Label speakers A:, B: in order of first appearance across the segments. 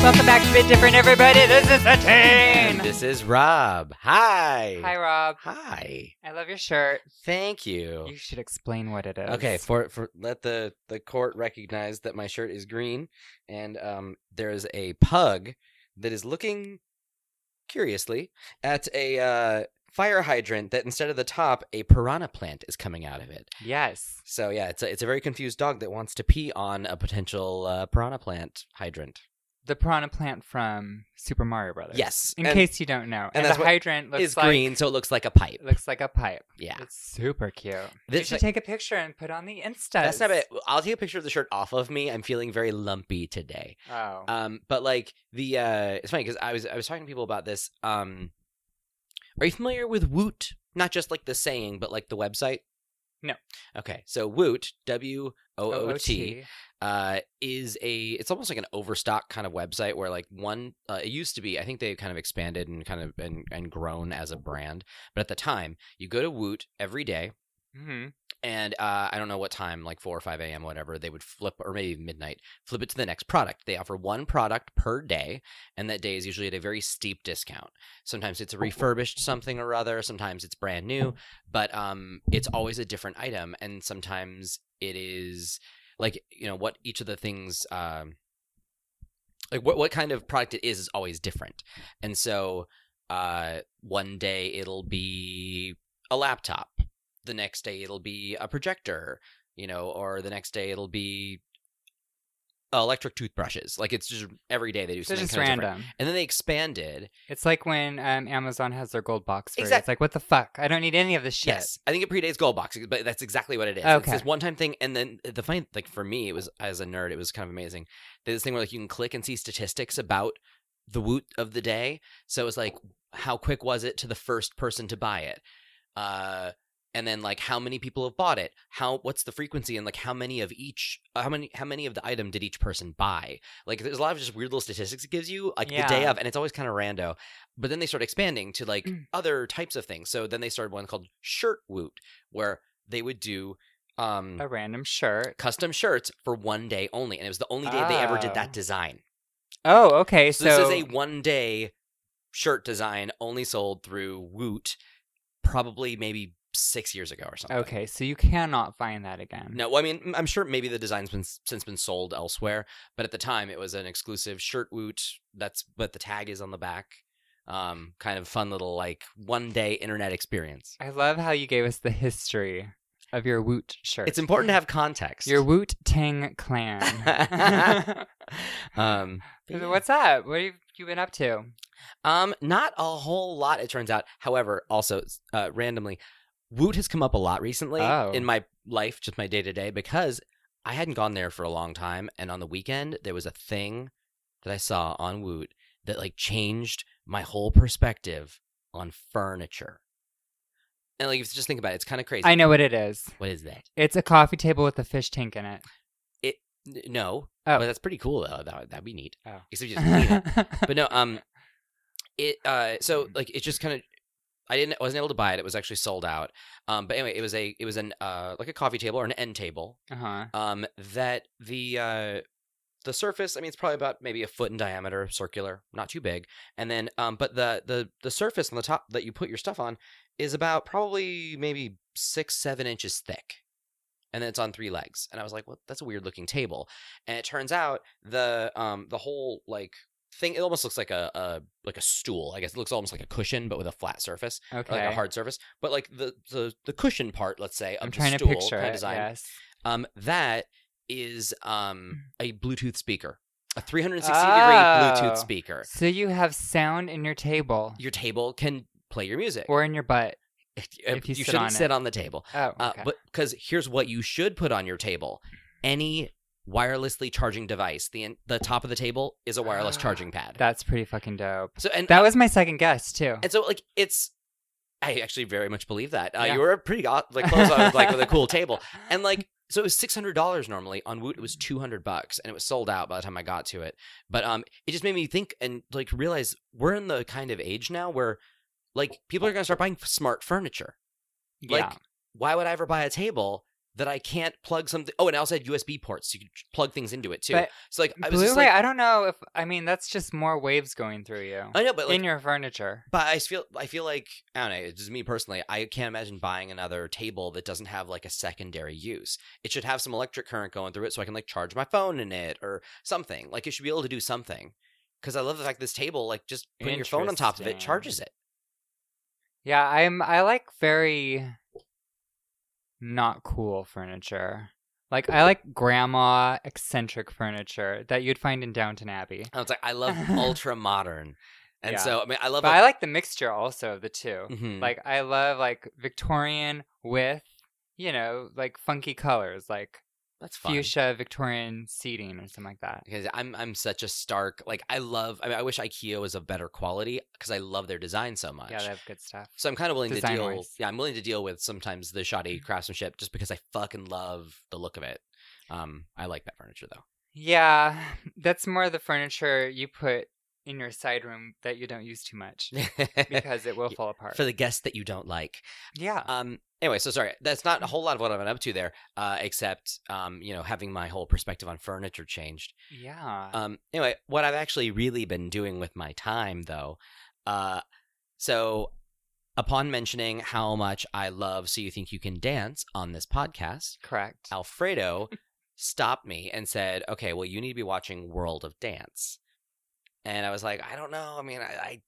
A: Welcome back to Bit Different, everybody. This is Satine.
B: And this is Rob. Hi.
A: Hi, Rob.
B: Hi.
A: I love your shirt.
B: Thank you.
A: You should explain what it is.
B: Oh. Okay, for for let the the court recognize that my shirt is green, and um, there is a pug that is looking curiously at a uh, fire hydrant that instead of the top, a piranha plant is coming out of it.
A: Yes.
B: So yeah, it's a, it's a very confused dog that wants to pee on a potential uh, piranha plant hydrant.
A: The piranha plant from Super Mario Brothers.
B: Yes,
A: In
B: and
A: case you don't know. And,
B: that's
A: the
B: what
A: hydrant looks
B: it's
A: like
B: green, so it looks like a pipe.
A: it looks like a pipe.
B: yeah,
A: It's super cute. you
B: This-
A: should take a picture and put on the Insta.
B: That's not bad. I'll take a picture of the shirt off of me. I'm feeling very lumpy today.
A: Oh.
B: Um, but like the uh, it's funny because I was I was talking to people about this. Um, are you familiar with Woot? Not just like the saying, but like the website.
A: No.
B: Okay, so Woot W O O T
A: OOT.
B: uh, is a it's almost like an overstock kind of website where like one uh, it used to be I think they kind of expanded and kind of and, and grown as a brand, but at the time you go to Woot every day
A: Mhm.
B: and uh, I don't know what time, like four or five a.m., whatever, they would flip, or maybe midnight, flip it to the next product. They offer one product per day, and that day is usually at a very steep discount. Sometimes
A: Oh,
B: it's a refurbished something or other, sometimes it's brand new, but um, it's always a different item, and sometimes it is like you know what each of the things. Um, like what, what kind of product it is is always different and so uh one day it'll be a laptop the next day it'll be a projector, you know, or the next day it'll be electric toothbrushes. Like it's just every day they do
A: So
B: something
A: just
B: kind of different.
A: random.
B: And then they expanded.
A: It's like when um, Amazon has their gold box for you.
B: Exact-
A: It's like, what the fuck? I don't need any of this shit.
B: Yes, I think it predates Gold Box, but that's exactly what it is. It's
A: Okay.
B: this one-time thing, and then uh, the fine like for me, it was as a nerd, it was kind of amazing. There's this thing where like you can click and see statistics about the woot of the day. So it was like how quick was it to the first person to buy it, uh, and then like how many people have bought it, how what's the frequency, and like how many of each, uh, how many how many of the item did each person buy. Like there's a lot of just weird little statistics it gives you, like the day
A: Yeah. Mm.
B: of, and it's always kind of rando but then they started expanding to like other types of things. So then they started one called Shirt Woot, where they would do um,
A: A random shirt.
B: custom shirts for one day only, and it was the only day they ever did that
A: Oh.
B: design.
A: Oh, okay.
B: So,
A: So,
B: this is a one day shirt design only sold through Woot, probably maybe six years ago or something.
A: okay. So you cannot find that again.
B: No, well, I mean, I'm sure maybe the design's been since been sold elsewhere, but at the time it was an exclusive shirt woot. That's what the tag is on the back. Um, kind of fun little like one day internet experience.
A: I love how you gave us the history of your Woot shirt.
B: It's important to have context.
A: your Woot Tang clan.
B: um, but yeah.
A: What's up? What have you been up to?
B: um, not a whole lot. It turns out. However, also uh, randomly, Woot has come up a lot recently
A: Oh.
B: in my life, just my day to day, because I hadn't gone there for a long time, and on the weekend there was a thing that I saw on Woot that like changed my whole perspective on furniture. And like, if you just think about it, it's kind of crazy.
A: I know what it is.
B: What is that?
A: It's a coffee table with a fish tank in it.
B: N- no,
A: Oh.
B: but that's pretty cool though. That that'd be neat.
A: Oh.
B: Except you just clean it. but no um it uh so like it just kind of i didn't I wasn't able to buy it it was actually sold out um but anyway it was a it was an uh like a coffee table or an end table
A: uh-huh.
B: um that the uh the surface i mean it's probably about maybe a foot in diameter circular not too big and then um but the the the surface on the top that you put your stuff on is about probably maybe six seven inches thick and then it's on three legs and i was like well that's a weird looking table and it turns out the um the whole like thing it almost looks like a, a like a stool i guess it looks almost like a cushion but with a flat surface or
A: Okay.
B: like a hard surface but like the the, the cushion part let's say of
A: I'm
B: the
A: trying to
B: stool
A: picture
B: kinda
A: it.
B: design,
A: Yes.
B: um, that is um, a Bluetooth speaker, a 360 degree
A: Mm. Oh.
B: Bluetooth speaker.
A: So you have sound in your table
B: Your table can play your music.
A: or in your butt.
B: Uh,
A: if you sit
B: shouldn't
A: on
B: sit
A: it.
B: on the table.
A: Oh,
B: Uh,
A: okay.
B: but because here's what you should put on your table: any wirelessly charging device. The the top of the table is a wireless
A: Ah.
B: charging pad.
A: That's pretty fucking dope.
B: so and
A: That was my second guess too.
B: and so like it's. I actually very much believe that. Uh,
A: Yeah.
B: You were pretty au- like close on like with a cool table. And like, so it was six hundred dollars normally on Woot. It was two hundred bucks, and it was sold out by the time I got to it. But um, it just made me think and like realize we're in the kind of age now where like people are gonna start buying smart furniture.
A: yeah.
B: Like, why would I ever buy a table that I can't plug something. Oh, and I also had USB ports. So you could plug things into it too.
A: But
B: so like I was
A: Blu-ray.
B: just like,
A: I don't know if I mean that's just more waves going through you
B: I know, but like
A: in your furniture.
B: But I feel I feel like I don't know. It's just me personally. I can't imagine buying another table that doesn't have like a secondary use. It should have some electric current going through it, so I can like charge my phone in it or something. Like it should be able to do something. Because I love the fact this table, like just putting your phone on top of it,
A: Interesting.
B: charges it.
A: Yeah, I'm I like very not cool furniture. Like I like grandma eccentric furniture that you'd find in Downton Abbey.
B: And it's like I love ultra modern, and
A: Yeah.
B: so I mean I love.
A: But I like the mixture also of the 2
B: Mhm.
A: Like I love like Victorian with, you know, like funky colors, like
B: that's fun.
A: fuchsia Victorian seating or something like that.
B: because I'm I'm such a stark like I love. I mean, I wish IKEA was of better quality because I love their design so much.
A: Yeah, they have good stuff.
B: So I'm kind of willing to deal.
A: Design-wise.
B: Yeah, I'm willing to deal with sometimes the shoddy craftsmanship just because I fucking love the look of it. Um, I like that furniture though.
A: Yeah, that's more the furniture you put in your side room that you don't use too much because it will fall apart.
B: For the guests that you don't like.
A: yeah.
B: Um. Anyway, so sorry. That's not a whole lot of what I've been up to there, uh, except um, you know, having my whole perspective on furniture changed.
A: Yeah.
B: Um, anyway, what I've actually really been doing with my time, though, uh, so upon mentioning how much I love "So You Think You Can Dance" on this podcast,
A: Correct.
B: Alfredo stopped me and said, "Okay, well, you need to be watching World of Dance." And I was like, "I don't know. I mean, I, I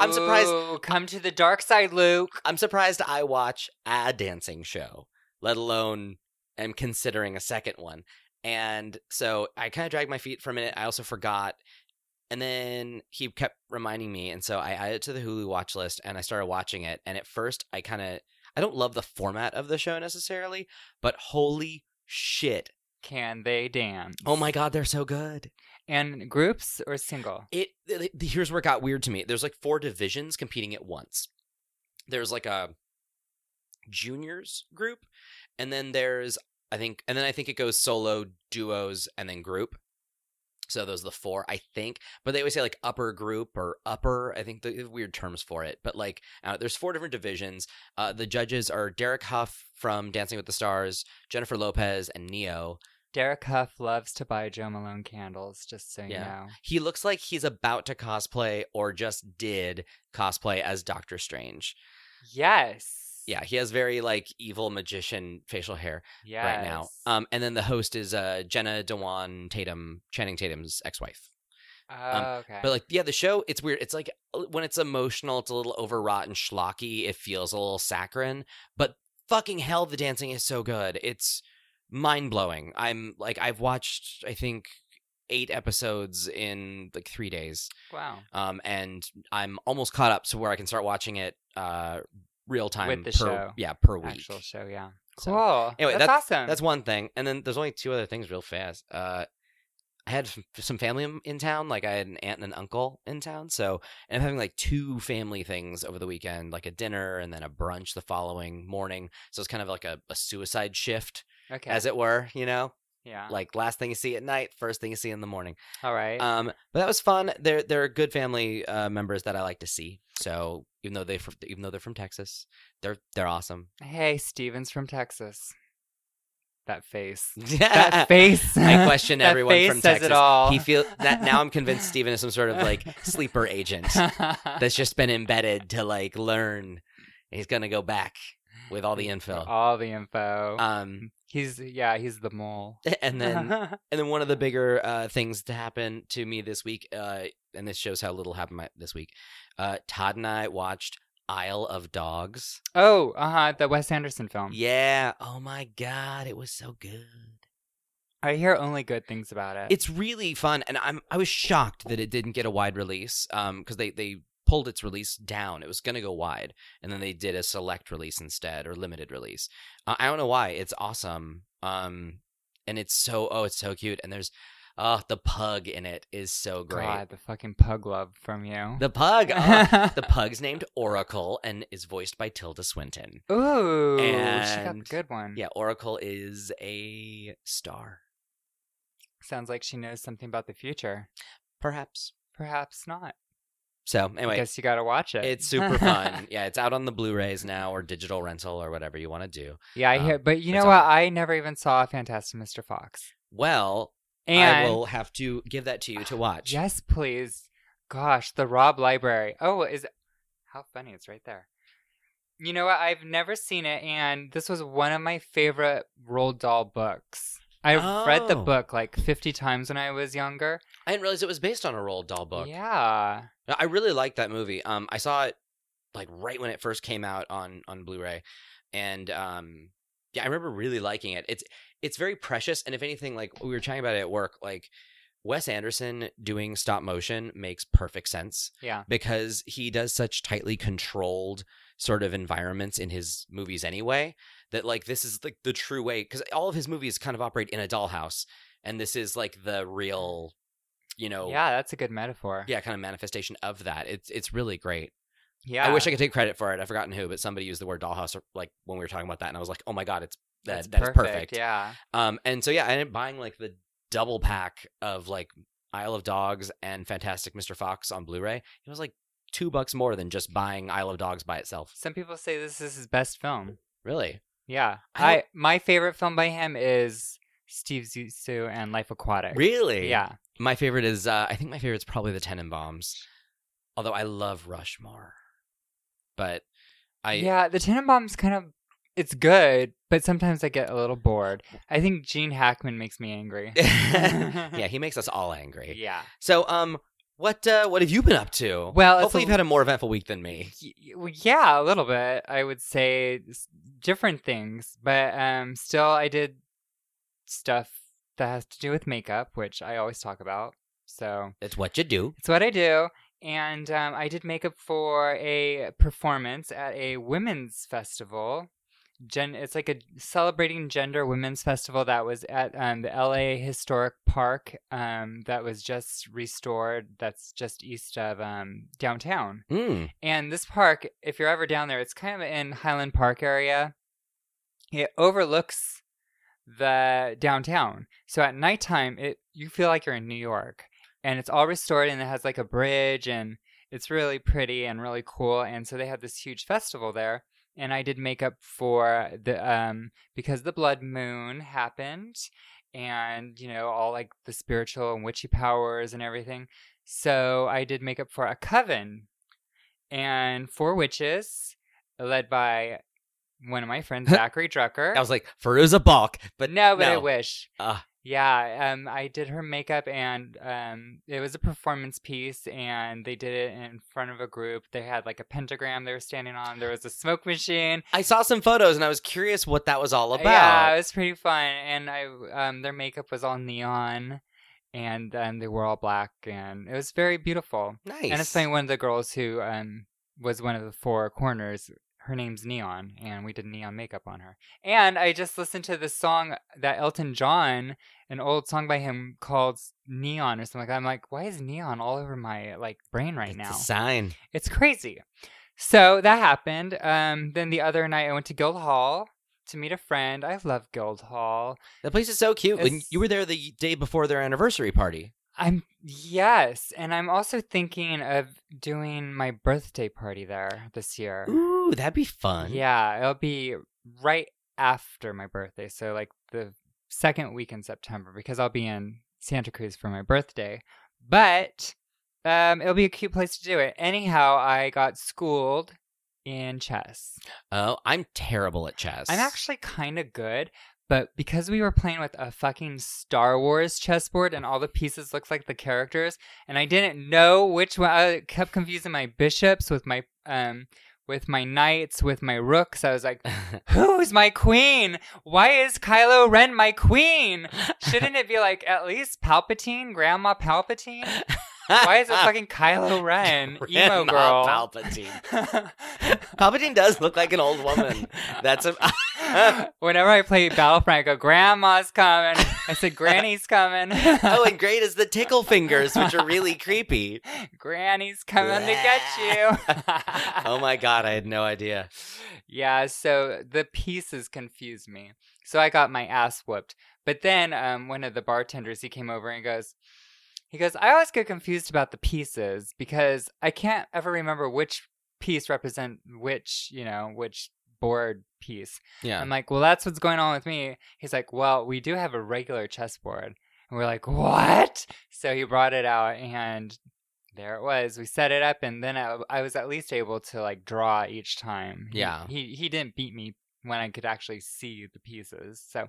B: I'm surprised-
A: Ooh, come to the dark side, Luke.
B: I'm surprised I watch a dancing show, let alone am considering a second one." And so I kind of dragged my feet for a minute. I also forgot. And then he kept reminding me, and so I added it to the Hulu watch list, and I started watching it. And at first, I kind of I don't love the format of the show necessarily, but holy shit!
A: Can they dance?
B: Oh my god, they're so good.
A: And groups or single?
B: it th- th- here's where it got weird to me there's like four divisions competing at once there's like a juniors group and then there's i think and then i think it goes solo duos and then group so those are the four i think but they always say like upper group or upper i think the weird terms for it but like uh, there's four different divisions uh, the judges are derek huff from dancing with the stars jennifer lopez and neo
A: Derek Huff loves to buy Joe Malone candles, just so
B: Yeah.
A: you know.
B: He looks like he's about to cosplay or just did cosplay as Doctor Strange.
A: Yes.
B: Yeah, he has very like evil magician facial hair
A: Yes.
B: right now. Um, and then the host is uh, Jenna Dewan Tatum, Channing Tatum's ex-wife. um,
A: Oh, okay.
B: But like, yeah, the show it's weird. It's like uh, when it's emotional, it's a little overwrought and schlocky. It feels a little saccharine. But fucking hell, the dancing is so good. It's mind blowing. I'm like, I've watched I think eight episodes in like three days.
A: wow.
B: um, and I'm almost caught up to where I can start watching it uh, real time
A: With the
B: per,
A: show.
B: Yeah, per week.
A: Actual show, yeah.
B: So,
A: cool.
B: anyway,
A: that's, awesome.
B: That's one thing. And then there's only two other things real fast. Uh, I had f- some family in- in town, like I had an aunt and an uncle in town. So and I'm having like two family things over the weekend, like a dinner and then a brunch the following morning. So it's kind of like a, a suicide shift,
A: okay.
B: as it were, you know?
A: yeah.
B: Like last thing you see at night, first thing you see in the morning.
A: All right.
B: Um, but that was fun. They're they're good family uh, members that I like to see. So even though they fr- even though they're from Texas, they're they're awesome.
A: hey, Steven's from Texas. That face.
B: I
A: That face.
B: question
A: That
B: everyone
A: face
B: from
A: says
B: Texas.
A: it all.
B: He feel that now I'm convinced Steven is some sort of like sleeper agent that's just been embedded to like learn. He's gonna go back with all the info.
A: All the info.
B: Um,
A: he's yeah, he's the mole.
B: and then And then one of the bigger uh, things to happen to me this week, uh, and this shows how little happened my, this week. Uh, Todd and I watched Isle of Dogs.
A: oh, uh huh, the Wes Anderson film.
B: Yeah. Oh my god, it was so good.
A: I hear only good things about it.
B: It's really fun, and I'm I was shocked that it didn't get a wide release. Um, because they they pulled its release down. It was gonna go wide, and then they did a select release instead or limited release. Uh, I don't know why. It's awesome. Um, and it's so oh, it's so cute, and there's. Oh, the pug in it is so great.
A: God, the fucking pug love from you.
B: The pug. uh, the pug's named Oracle and is voiced by Tilda Swinton.
A: Ooh, she got the
B: And-
A: good one.
B: Yeah, Oracle is a star.
A: Sounds like she knows something about the future.
B: Perhaps.
A: Perhaps not.
B: So
A: I
B: anyway,
A: guess you gotta watch it.
B: it's super fun. yeah, it's out on the Blu-rays now or digital rental or whatever you want to do.
A: yeah, I
B: Um,
A: hear. But you know
B: it's
A: what?
B: awesome.
A: I never even saw Fantastic Mr. Fox.
B: Well,
A: And
B: I will have to give that to you to watch.
A: yes, please. Gosh, the Rob Library. Oh, is how funny! It's right there. You know what? I've never seen it, and this was one of my favorite Roald Dahl books. I read the
B: Oh.
A: book like fifty times when I was younger.
B: I didn't realize it was based on a Roald Dahl book.
A: Yeah.
B: No, I really liked that movie. Um, I saw it like right when it first came out on on Blu-ray, and um, yeah, I remember really liking it. It's it's very precious, and if anything, like we were chatting about it at work, like Wes Anderson doing stop motion makes perfect sense
A: Yeah.
B: because he does such tightly controlled sort of environments in his movies anyway that like this is like the true way because all of his movies kind of operate in a dollhouse, and this is like the real, you know,
A: Yeah, that's a good metaphor.
B: yeah, kind of manifestation of that. It's it's really great.
A: Yeah.
B: I wish I could take credit for it. I've forgotten who, but somebody used the word dollhouse uh, like when we were talking about that, and I was like, oh my god, it's that, that's perfect.
A: Yeah.
B: Um, and so yeah, I ended up buying like the double pack of like Isle of Dogs and Fantastic Mr. Fox on Blu-ray. It was like two bucks more than just buying Isle of Dogs by itself.
A: Some people say this is his best film.
B: Really?
A: Yeah.
B: I
A: I,
B: don't-
A: my favorite film by him is Steve Zissou and Life Aquatic.
B: Really?
A: Yeah.
B: My favorite is uh, I think my favorite is probably the Tenenbaums. Although I love Rushmore, but I
A: yeah, the Tenenbaums kind of it's good, but sometimes I get a little bored. I think Gene Hackman makes me angry.
B: yeah, he makes us all angry.
A: Yeah.
B: So, um, what uh, what have you been up to?
A: Well, it's
B: hopefully
A: a-
B: you've had a more eventful week than me.
A: Y- y- Yeah, a little bit. I would say s- different things, but um still I did stuff that has to do with makeup, which I always talk about. So,
B: It's what you do.
A: It's what I do. And um, I did makeup for a performance at a women's festival. Gen- it's like a celebrating gender women's festival that was at um, the LA Historic Park um, that was just restored, that's just east of um, downtown.
B: Mm.
A: And this park, if you're ever down there, it's kind of in Highland Park area. It overlooks the downtown. So at nighttime, it you feel like you're in New York. And it's all restored and it has like a bridge and it's really pretty and really cool. And so they had this huge festival there. And I did makeup for the um because the blood moon happened and you know all like the spiritual and witchy powers and everything. So I did makeup for a coven and four witches led by one of my friends zachary drucker
B: I was like Feruza Balk, but
A: but no but i
B: no.
A: wish
B: Ah.
A: yeah um i did her makeup and um it was a performance piece and they did it in front of a group they had like a pentagram they were standing on there was a smoke machine
B: I saw some photos and I was curious what that was all
A: yeah
B: about.
A: it was pretty fun and i um their makeup was all neon and um, they were all black and it was very beautiful
B: nice.
A: And it's funny, one of the girls who um was one of the four corners, her name's Neon, and we did neon makeup on her. And I just listened to this song that Elton John, an old song by him called Neon or something like that. I'm like, why is neon all over my like brain right
B: It's
A: now?
B: a sign.
A: It's crazy. So that happened. Um, then the other night I went to Guildhall to meet a friend. I love Guildhall.
B: That place is so cute. When
A: It's-
B: you were there the day before their anniversary party.
A: I'm yes, and I'm also thinking of doing my birthday party there this year.
B: Ooh, that'd be fun.
A: Yeah, it'll be right after my birthday. So, like the second week in September, because I'll be in Santa Cruz for my birthday. But um, it'll be a cute place to do it. Anyhow, I got schooled in chess.
B: Oh, I'm terrible at chess.
A: I'm actually kind of good. But because we were playing with a fucking Star Wars chessboard and all the pieces looked like the characters, and I didn't know which one, I kept confusing my bishops with my um, with my knights, with my rooks. I was like, Who's my queen? Why is Kylo Ren my queen? Shouldn't it be like at least Palpatine, Grandma Palpatine? Why is it fucking Kylo Ren, emo girl?
B: Grandma Palpatine. Palpatine does look like an old woman. That's a
A: Whenever I play Battlefront, I go, Grandma's coming. I said, Granny's coming.
B: oh, and great is the tickle fingers, which are really creepy.
A: Granny's coming to get you.
B: oh my god, I had no idea.
A: Yeah, so the pieces confused me. So I got my ass whooped. But then um, one of the bartenders, he came over and goes, He goes, I always get confused about the pieces because I can't ever remember which piece represent which, you know, which board piece.
B: Yeah.
A: I'm like, well, that's what's going on with me. He's like, well, we do have a regular chessboard. And we're like, what? So he brought it out and there it was. We set it up and then I, I was at least able to like draw each time. He-
B: Yeah.
A: He, he didn't beat me when I could actually see the pieces. So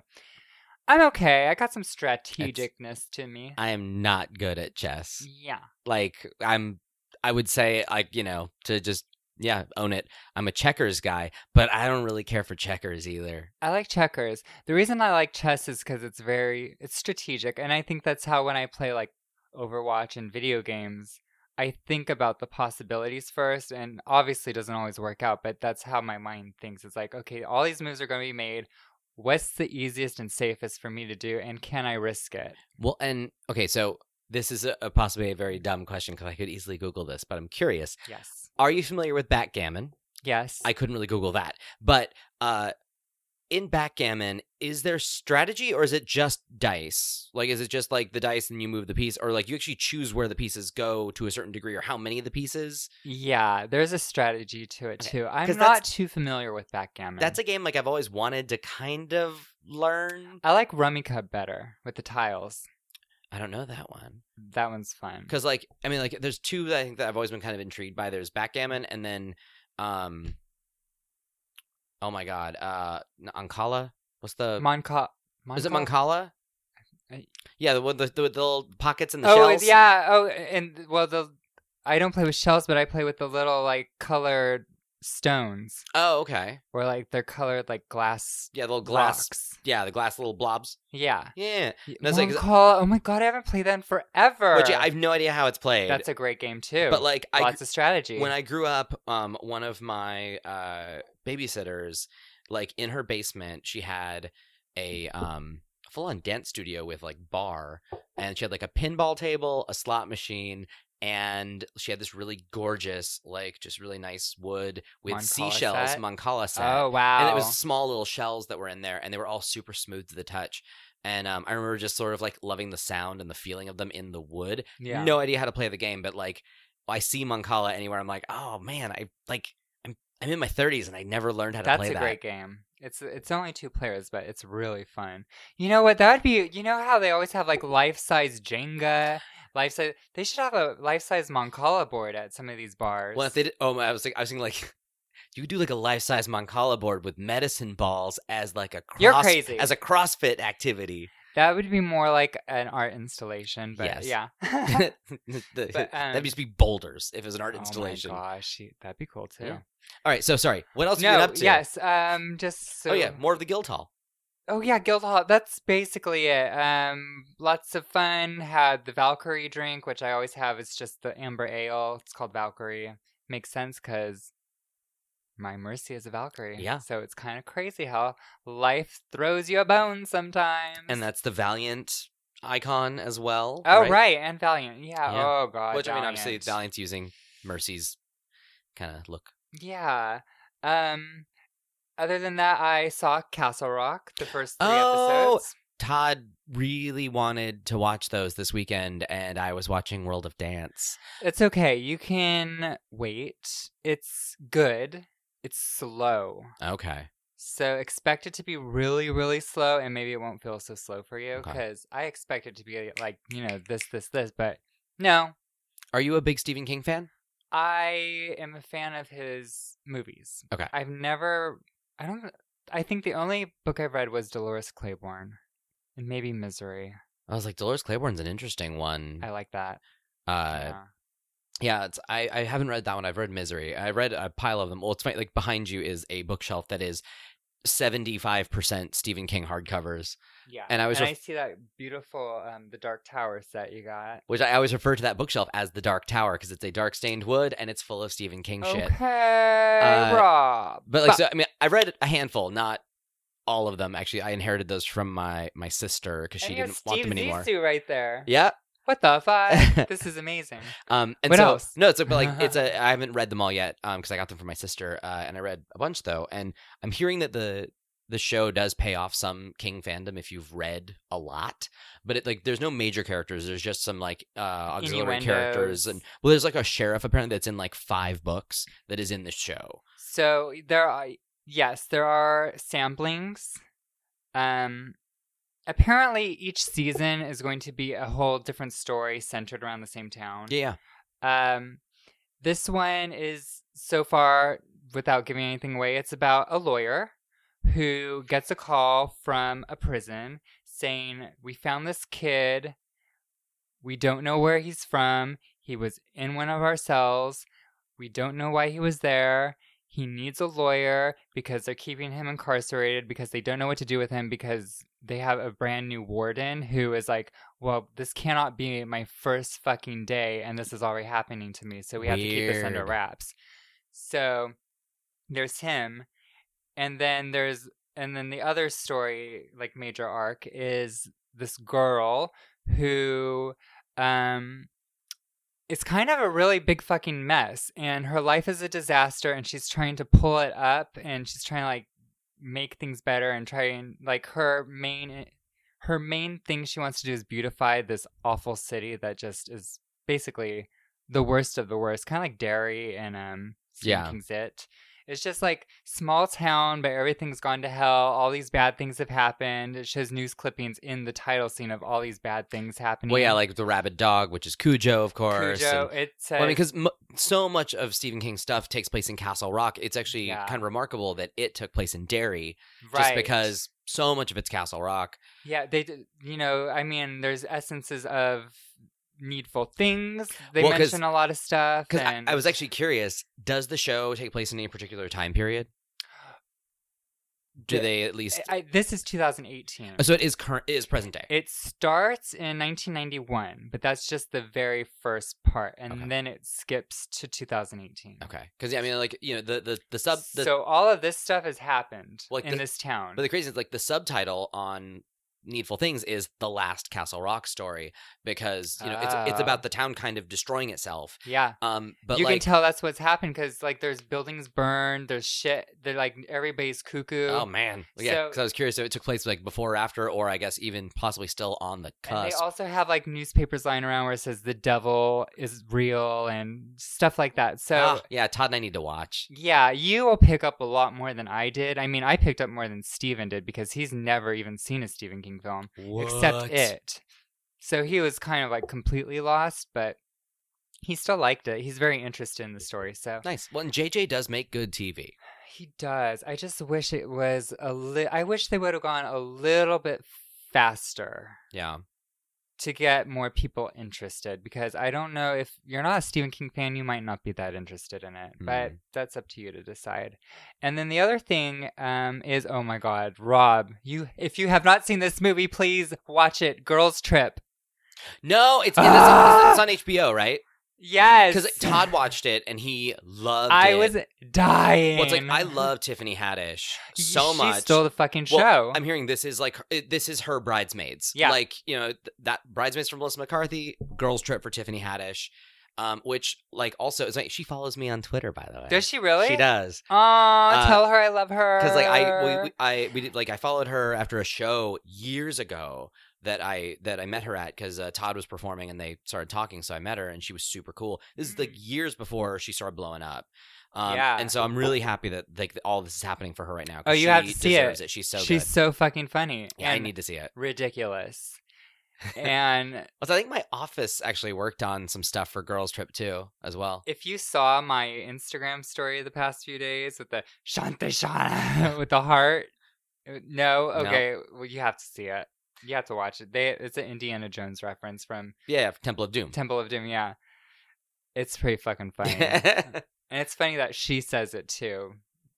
A: I'm okay. I got some strategicness to me.
B: I am not good at chess.
A: yeah.
B: Like I'm I would say like, you know, to just yeah, own it. I'm a checkers guy, but I don't really care for checkers either.
A: I like checkers. The reason I like chess is because it's very it's strategic, and I think that's how when I play like Overwatch and video games, I think about the possibilities first, and obviously it doesn't always work out, but that's how my mind thinks. It's like, okay, all these moves are going to be made. What's the easiest and safest for me to do, and can I risk it?
B: Well, and okay, so this is a, a possibly a very dumb question because I could easily Google this, but I'm curious.
A: Yes.
B: Are you familiar with backgammon?
A: Yes.
B: I couldn't really Google that. But uh, in backgammon, is there strategy or is it just dice? Like, is it just like the dice and you move the piece, or like you actually choose where the pieces go to a certain degree or how many of the pieces?
A: yeah, there's a strategy to it
B: Okay,
A: too. I'm
B: 'cause
A: not
B: that's-
A: too familiar with backgammon.
B: That's a game like I've always wanted to kind of learn.
A: I like Rummy Cub better with the tiles.
B: I don't know that one.
A: That one's fun.
B: Because, like, I mean, like, there's two that I think that I've always been kind of intrigued by. There's backgammon and then, um, oh my God, uh, Ankala? What's the.
A: Monca- Monca-
B: Uh, Is it Mancala?
A: I-
B: Yeah, the one, the, the, the little pockets and the
A: oh,
B: shells.
A: it's- yeah. Oh, and well, the I don't play with shells, but I play with the little like colored stones,
B: Oh, okay.
A: or like they're colored like glass
B: Yeah, the little glass.
A: rocks.
B: Yeah, the glass little blobs.
A: Yeah.
B: Yeah.
A: No,
B: it's like-
A: call. Oh my god, I haven't played that in forever.
B: Which I have no idea how it's played.
A: That's a great game too.
B: but like I
A: lots of strategy.
B: when I grew up, um, one of my uh, babysitters, like in her basement, she had a um, full on dance studio with like bar, and she had like a pinball table, a slot machine, and she had this really gorgeous, like just really nice wood with
A: Mancala
B: seashells,
A: set?
B: mancala set.
A: oh wow.
B: and it was small little shells that were in there and they were all super smooth to the touch and um, i remember just sort of like loving the sound and the feeling of them in the wood
A: yeah.
B: no idea how to play the game but like i see mancala anywhere i'm like oh man i like i'm, I'm in my 30s and i never learned how to
A: That's
B: play
A: a
B: that
A: great game. It's it's only two players, but it's really fun. You know what? That would be. You know how they always have like life size Jenga, life size. They should have a life size Moncala board at some of these bars.
B: well if they did oh i was like i was thinking like you could do like a life-size mancala board with medicine balls as like a cross,
A: You're crazy.
B: as a crossfit activity
A: that would be more like an art installation, but
B: Yes.
A: yeah.
B: The-
A: um,
B: that'd just be boulders if it was an art installation
A: Oh my gosh, y- that'd be cool too.
B: Yeah. all right so sorry what else have you
A: No,
B: been up to
A: yes, um, just so.
B: oh yeah more of the guildhall
A: Oh yeah, Guildhall. That's basically it. Um, lots of fun. Had the Valkyrie drink, which I always have. It's just the amber ale. It's called Valkyrie. Makes sense because my Mercy is a Valkyrie.
B: Yeah.
A: So it's kind of crazy how life throws you a bone sometimes.
B: and that's the Valiant icon as well.
A: Mm. oh right. and Valiant. Yeah.
B: Yeah.
A: Oh god.
B: Which I mean, obviously,
A: Valiant.
B: Valiant's using Mercy's kind of look.
A: Yeah. Um. Other than that, I saw Castle Rock the first three
B: Oh,
A: episodes.
B: Todd really wanted to watch those this weekend, and I was watching World of Dance.
A: It's okay. You can wait. It's good. It's slow.
B: Okay,
A: So expect it to be really, really slow, and maybe it won't feel so slow for you
B: Okay.
A: because I expect it to be like, you know, this, this, this, but no.
B: are you a big Stephen King fan?
A: I am a fan of his movies.
B: Okay.
A: I've never, I don't, I think the only book I've read was Dolores Claiborne and maybe Misery.
B: I was like, Dolores Claiborne's an interesting one.
A: I like that.
B: Uh,
A: Yeah.
B: yeah, it's, I I haven't read that one. I've read Misery. I read a pile of them. Well, it's funny, like behind you is a bookshelf that is seventy five percent Stephen King hardcovers.
A: yeah.
B: and I was
A: and
B: ref-
A: I see that beautiful, um, the Dark Tower set you got.
B: which I always refer to that bookshelf as the Dark Tower because it's a dark stained wood and it's full of Stephen King shit.
A: Oh, Okay,
B: Uh,
A: Rob.
B: But like, so I mean, I read a handful, not all of them. Actually, I inherited those from my my sister because she
A: And you have
B: didn't want them
A: Steve
B: anymore.
A: Zissou right there.
B: Yeah.
A: What the fuck? this is amazing.
B: Um. And
A: What
B: so
A: else?
B: no, it's a, but like it's a. I haven't read them all yet. Um, because I got them from my sister. Uh, and I read a bunch though, and I'm hearing that the the show does pay off some King fandom if you've read a lot, but it like there's no major characters. There's just some like uh, auxiliary
A: Innuendos.
B: characters, and well, there's like a sheriff apparently that's in like five books that is in the show.
A: So there are yes, there are samplings. Um apparently each season is going to be a whole different story centered around the same town.
B: Yeah,
A: Um this one is so far without giving anything away, it's about a lawyer who gets a call from a prison saying, "We found this kid. We don't know where he's from. He was in one of our cells. We don't know why he was there. He needs a lawyer because they're keeping him incarcerated because they don't know what to do with him because they have a brand new warden who is like, well, this cannot be my first fucking day and this is already happening to me. So we have to keep this under
B: Weird.
A: wraps. So there's him. And then there's, and then the other story, like major arc, is this girl who, um, it's kind of a really big fucking mess and her life is a disaster and she's trying to pull it up and she's trying to like make things better and try and like her main eh, her main thing she wants to do is beautify this awful city that just is basically the worst of the worst kind of like Derry and um Stephen
B: Yeah.
A: King's it it's just like small town but everything's gone to hell all these bad things have happened it shows news clippings in the title scene of all these bad things happening
B: well, yeah, like the rabid dog, which is Cujo, of course. and-
A: Cujo, uh, it says
B: Well, I mean, because m- so much of Stephen King's stuff takes place in Castle Rock. It's actually
A: Yeah.
B: kind of remarkable that it took place in Derry, just
A: Right.
B: because so much of it's Castle Rock.
A: yeah they d- you know i mean there's essences of needful things they
B: Well, 'cause-
A: mention a lot of stuff
B: Because I,
A: and
B: I was actually curious: does the show take place in any particular time period? Do
A: Yeah.
B: they at least?
A: I, this is 2018
B: so it is current. It is present day.
A: it starts in 1991 but that's just the very first part and
B: Okay.
A: then it skips to 2018
B: okay, because I mean, like you know, the the the sub. The,
A: so all of this stuff has happened
B: Like
A: in
B: the-
A: this town
B: But the crazy is like the subtitle on Needful Things is the last Castle Rock story because you know it's it's
A: Oh.
B: about the town kind of destroying itself.
A: yeah
B: Um, but
A: you can
B: like,
A: tell that's what's happened because like there's buildings burned there's shit they're like everybody's cuckoo
B: Oh man, yeah.
A: So-
B: Because I was curious if it took place like before, or after, or I guess even possibly still on the
A: And they
B: cusp.
A: also have like newspapers lying around where it says the devil is real and stuff like that. So
B: Ah, yeah, Todd and I need to watch.
A: yeah, you will pick up a lot more than I did. I mean, I picked up more than Steven did because he's never even seen a Stephen King film except it. So he was kind of like completely lost, but he still liked it. He's very interested in the story. So
B: Nice. Well, and JJ does make good TV.
A: he does. I just wish it was a li- I wish they would have gone a little bit faster.
B: Yeah.
A: to get more people interested because I don't know if you're not a Stephen King fan, you might not be that interested in it, but
B: Mm.
A: that's up to you to decide. And then the other thing um, is, oh my God, Rob, you if you have not seen this movie, please watch it. Girls Trip.
B: No, it's and it's, on, it's on HBO, right?
A: Ah. Yes,
B: Because Todd watched it and he loved.
A: I
B: it.
A: was dying.
B: Well, it's like I love Tiffany Haddish so
A: she
B: much.
A: Stole the fucking show.
B: Well, I'm hearing this is like her- it- this is her bridesmaids.
A: Yeah.
B: like you know th- that bridesmaids from Melissa McCarthy, girls trip for Tiffany Haddish, um, which like also is like she follows me on Twitter by the way.
A: does she really?
B: She does.
A: Oh,
B: Uh,
A: tell her I love her.
B: because like I we, we I we did like I followed her after a show years ago that I that I met her at because uh, Todd was performing and they started talking, so I met her and she was super cool. This is like years before she started blowing up. Um,
A: Mm. Yeah.
B: and so I'm really happy that like all this is happening for her right now. 'cause
A: Oh, you
B: she
A: have to see
B: deserves it. She's so
A: She's
B: good.
A: so fucking funny.
B: Yeah, I
A: and
B: need to see it.
A: ridiculous. and
B: Also, I think my office actually worked on some stuff for Girls Trip too, as well.
A: If you saw my Instagram story the past few days with the Shante Shana with the heart, uh, no,
B: No.
A: okay, well you have to see it. You have to watch it. They it's an Indiana Jones reference from
B: Yeah, Temple of Doom.
A: Temple of Doom. Yeah, it's pretty fucking funny, and
B: yeah,
A: it's funny that she says it too.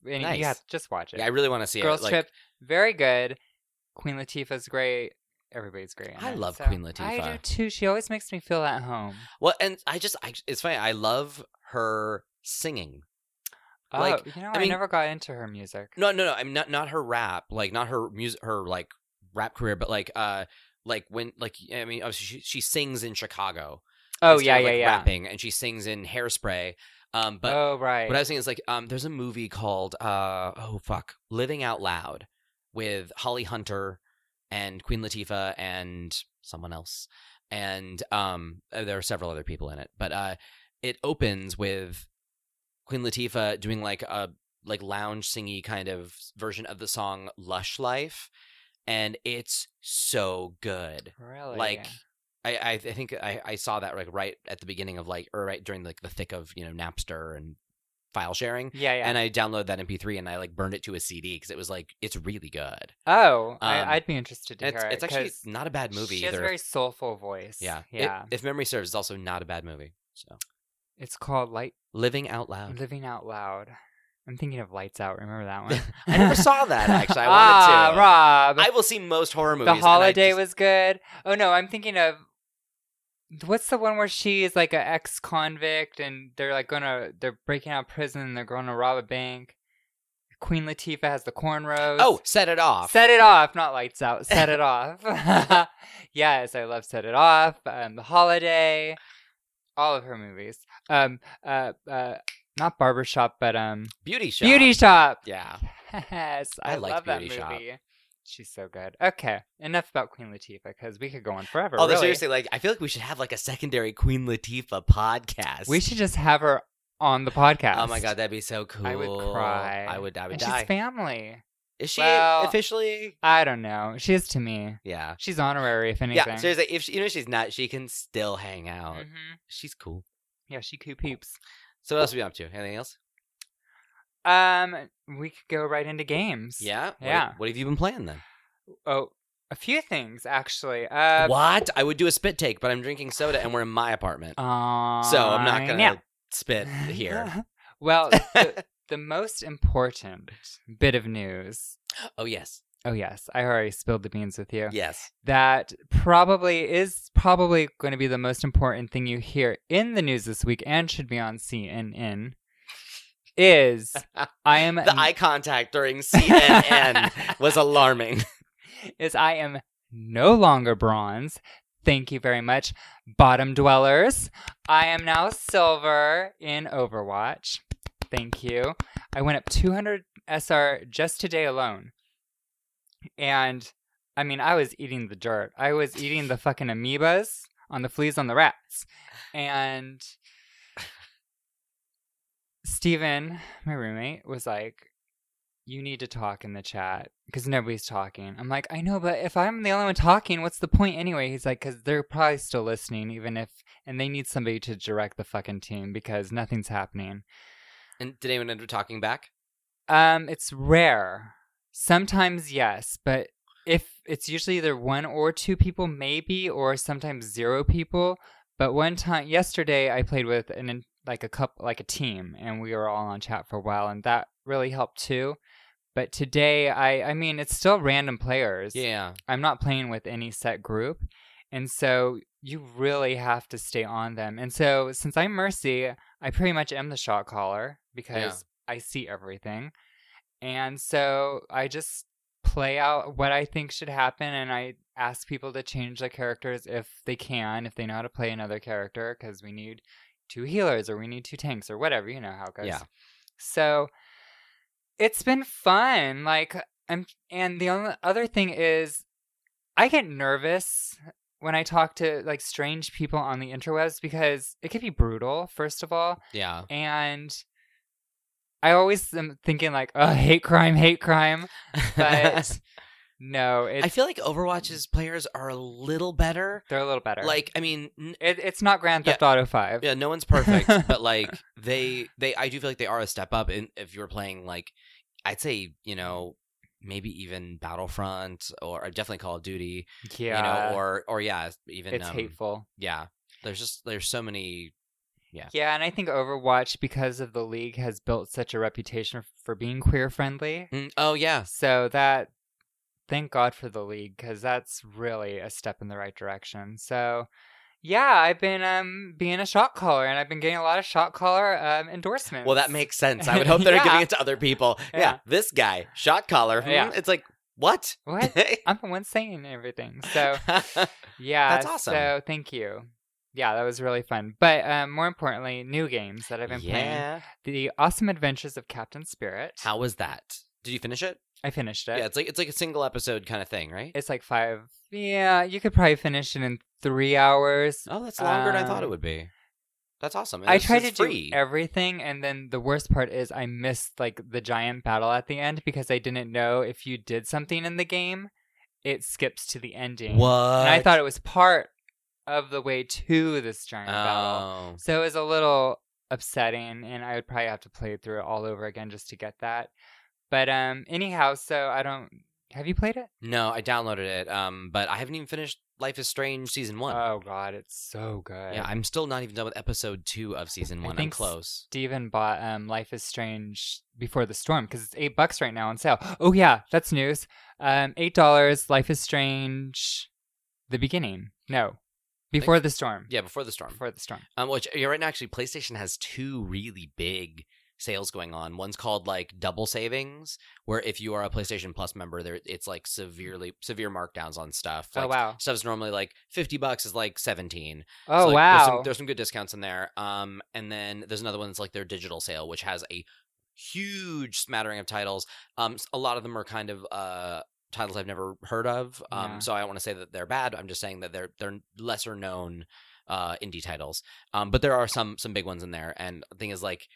A: And
B: Nice.
A: you have to just watch it.
B: I really want to see
A: Girls
B: it. Like,
A: Trip, very good. Queen Latifah's great. Everybody's great. in
B: I
A: it,
B: love
A: so-
B: Queen
A: I do
B: Latifah.
A: too. She always makes me feel at home.
B: Well, and I just, I, it's funny. I love her singing.
A: Oh,
B: Like,
A: you know,
B: I
A: I,
B: mean-
A: never got into her music.
B: No, no, no. I'm not not her rap, like not her music, her like rap career, but like, uh, like when, like, I mean, obviously she, she sings in Chicago.
A: Oh
B: instead
A: yeah,
B: of,
A: yeah,
B: like,
A: yeah.
B: Rapping, and she sings in Hairspray. Um, but
A: oh right.
B: What I was thinking is like, um, there's a movie called uh, oh fuck, Living Out Loud, with Holly Hunter and Queen Latifah and someone else, and um, uh, there are several other people in it. But uh, it opens with Queen Latifah doing like a like lounge singy kind of version of the song "Lush Life," and it's so good.
A: Really?
B: Like I, I I think I, I saw that like right at the beginning of like or right during like the thick of you know Napster and file sharing.
A: yeah, yeah.
B: And I downloaded that MP3 and I like burned it to a CD because it was like it's really good.
A: oh,
B: um,
A: I, I'd be interested to
B: It's,
A: hear it.
B: it's actually
A: 'cause
B: not a bad movie
A: She has
B: either.
A: a very soulful voice.
B: yeah, It-
A: yeah.
B: if memory serves, it's also not a bad movie. So
A: it's called Light
B: Living Out Loud.
A: Living Out Loud. I'm thinking of Lights Out. Remember that one?
B: I never saw that actually. I
A: ah,
B: wanted to.
A: Rob.
B: I will see most horror movies.
A: the
B: and I
A: holiday
B: just-
A: was good. Oh no, I'm thinking of what's the one where she's like an ex-convict and they're like gonna they're breaking out of prison and they're going to rob a bank. Queen Latifah has the cornrows.
B: Oh, set it off.
A: Set it off, not lights out. Set it off. yes, I love Set It Off. Um, the Holiday, all of her movies. Um, uh, uh, not Barbershop, but um,
B: Beauty Shop.
A: Beauty Shop.
B: Yeah.
A: Yes,
B: I
A: I,
B: liked
A: love that
B: Beauty Shop.
A: movie. She's so good. Okay, enough about Queen Latifah because we could go on forever.
B: Although
A: really.
B: seriously, like I feel like we should have like a secondary Queen Latifah podcast.
A: we should just have her on the podcast.
B: Oh my god, that'd be so cool.
A: I would cry.
B: I would. I would
A: and
B: die.
A: she's family.
B: Is she
A: Well-
B: officially?
A: I don't know. She is to me.
B: Yeah.
A: She's honorary, if anything.
B: Yeah. Seriously, if she, even if she's not, she can still hang out.
A: hmm
B: She's cool.
A: Yeah, she coo peeps.
B: So what else are we up to? Anything else?
A: Um, we could go right into games.
B: Yeah. What-
A: Yeah.
B: What, have you been playing then?
A: Oh, a few things actually. Uh,
B: what? I would do a spit take, but I'm drinking soda and we're in my apartment,
A: uh,
B: so I'm not gonna
A: yeah.
B: spit here.
A: well, the, the most important bit of news.
B: oh yes.
A: Oh yes, I already spilled the beans with you.
B: Yes.
A: That probably is probably going to be the most important thing you hear in the news this week, and should be on CNN. Is I am
B: The eye contact during CNN was alarming.
A: is I am no longer bronze. Thank you very much, bottom dwellers. I am now silver in Overwatch. Thank you. I went up 200 SR just today alone. And I mean, I was eating the dirt. I was eating the fucking amoebas on the fleas on the rats. And Steven, my roommate, was like, you need to talk in the chat because nobody's talking. I'm like, I know, but if I'm the only one talking, what's the point anyway? He's like, because they're probably still listening, even if, and they need somebody to direct the fucking team because nothing's happening.
B: And did anyone end up talking back?
A: Um, it's rare. Sometimes yes, but if it's usually either one or two people, maybe, or sometimes zero people. But one time yesterday, I played with an like a couple, like a team, and we were all on chat for a while, and that really helped too. But today, I I mean, it's still random players.
B: Yeah.
A: I'm not playing with any set group. And so you really have to stay on them. And so since I'm Mercy, I pretty much am the shot caller because I see everything. And so I just play out what I think should happen and I ask people to change the characters if they can, if they know how to play another character, because we need two healers or we need two tanks or whatever. You know how it goes.
B: Yeah.
A: So it's been fun. Like I'm, and the only other thing is, I get nervous when I talk to like strange people on the interwebs because it can be brutal. First of all,
B: Yeah.
A: and I always am thinking like, oh, hate crime, hate crime. But no, it's
B: I feel like Overwatch's players are a little better.
A: they're a little better.
B: Like, I mean, n-
A: it, it's not Grand
B: Yeah.
A: Theft Auto Five.
B: yeah, no one's perfect, but like they, they, I do feel like they are a step up. And if you're playing, like, I'd say, you know, maybe even Battlefront or definitely Call of Duty,
A: Yeah,
B: you know, or or yeah, even
A: it's
B: um,
A: hateful.
B: Yeah, there's just there's so many.
A: Yeah, and I think Overwatch, because of the league, has built such a reputation for being queer friendly.
B: Mm, oh yeah,
A: So that, thank God for the league, because that's really a step in the right direction. So, yeah, I've been um being a shot caller, and I've been getting a lot of shot caller um endorsements.
B: well that makes sense. I would hope they're
A: Yeah.
B: giving it to other people. Yeah,
A: Yeah.
B: this guy shot collar. hmm,
A: Yeah.
B: it's like what?
A: what I'm the one saying everything. So yeah,
B: That's awesome.
A: So thank you. Yeah, that was really fun. But um, more importantly, new games that I've been playing:
B: yeah.
A: the awesome adventures of Captain Spirit.
B: How was that? Did you finish it?
A: I finished it.
B: Yeah, it's like it's like a single episode kind of thing, right?
A: It's like five. Yeah, you could probably finish it in three hours.
B: Oh, that's longer than I thought it
A: um,
B: would be. That's awesome. And
A: I
B: it's-
A: tried to
B: it's free.
A: do everything, and then the worst part is I missed like the giant battle at the end because I didn't know if you did something in the game, it skips to the ending.
B: What?
A: And I thought it was part of the way to this giant battle,
B: Oh.
A: so it was a little upsetting, and I would probably have to play through it all over again just to get that. But um, anyhow, so I don't. Have you played it?
B: No, I downloaded it, um, but I haven't even finished Life is Strange season one.
A: Oh God, it's so good.
B: yeah, I'm still not even done with episode two of season
A: I
B: one. I'm
A: think s-
B: close.
A: Steven bought um, Life is Strange before the storm because it's eight bucks right now on sale. Oh yeah, that's news. Um, eight dollars. Life is Strange, the beginning. No, before the storm.
B: Yeah, before the storm.
A: before the storm.
B: Um, which yeah, right now actually, PlayStation has two really big sales going on. One's called like double savings, where if you are a PlayStation Plus member, there it's like severely severe markdowns on stuff. Like,
A: oh wow.
B: Stuff's normally like fifty bucks is like seventeen.
A: Oh
B: So, like,
A: wow.
B: There's some, there's some good discounts in there. Um, and then there's another one that's like their digital sale, which has a huge smattering of titles. Um, s- a lot of them are kind of uh titles I've never heard of. Um,
A: Yeah.
B: so I don't want to say that they're bad. I'm just saying that they're they're lesser known uh indie titles. Um, but there are some some big ones in there. And the thing is like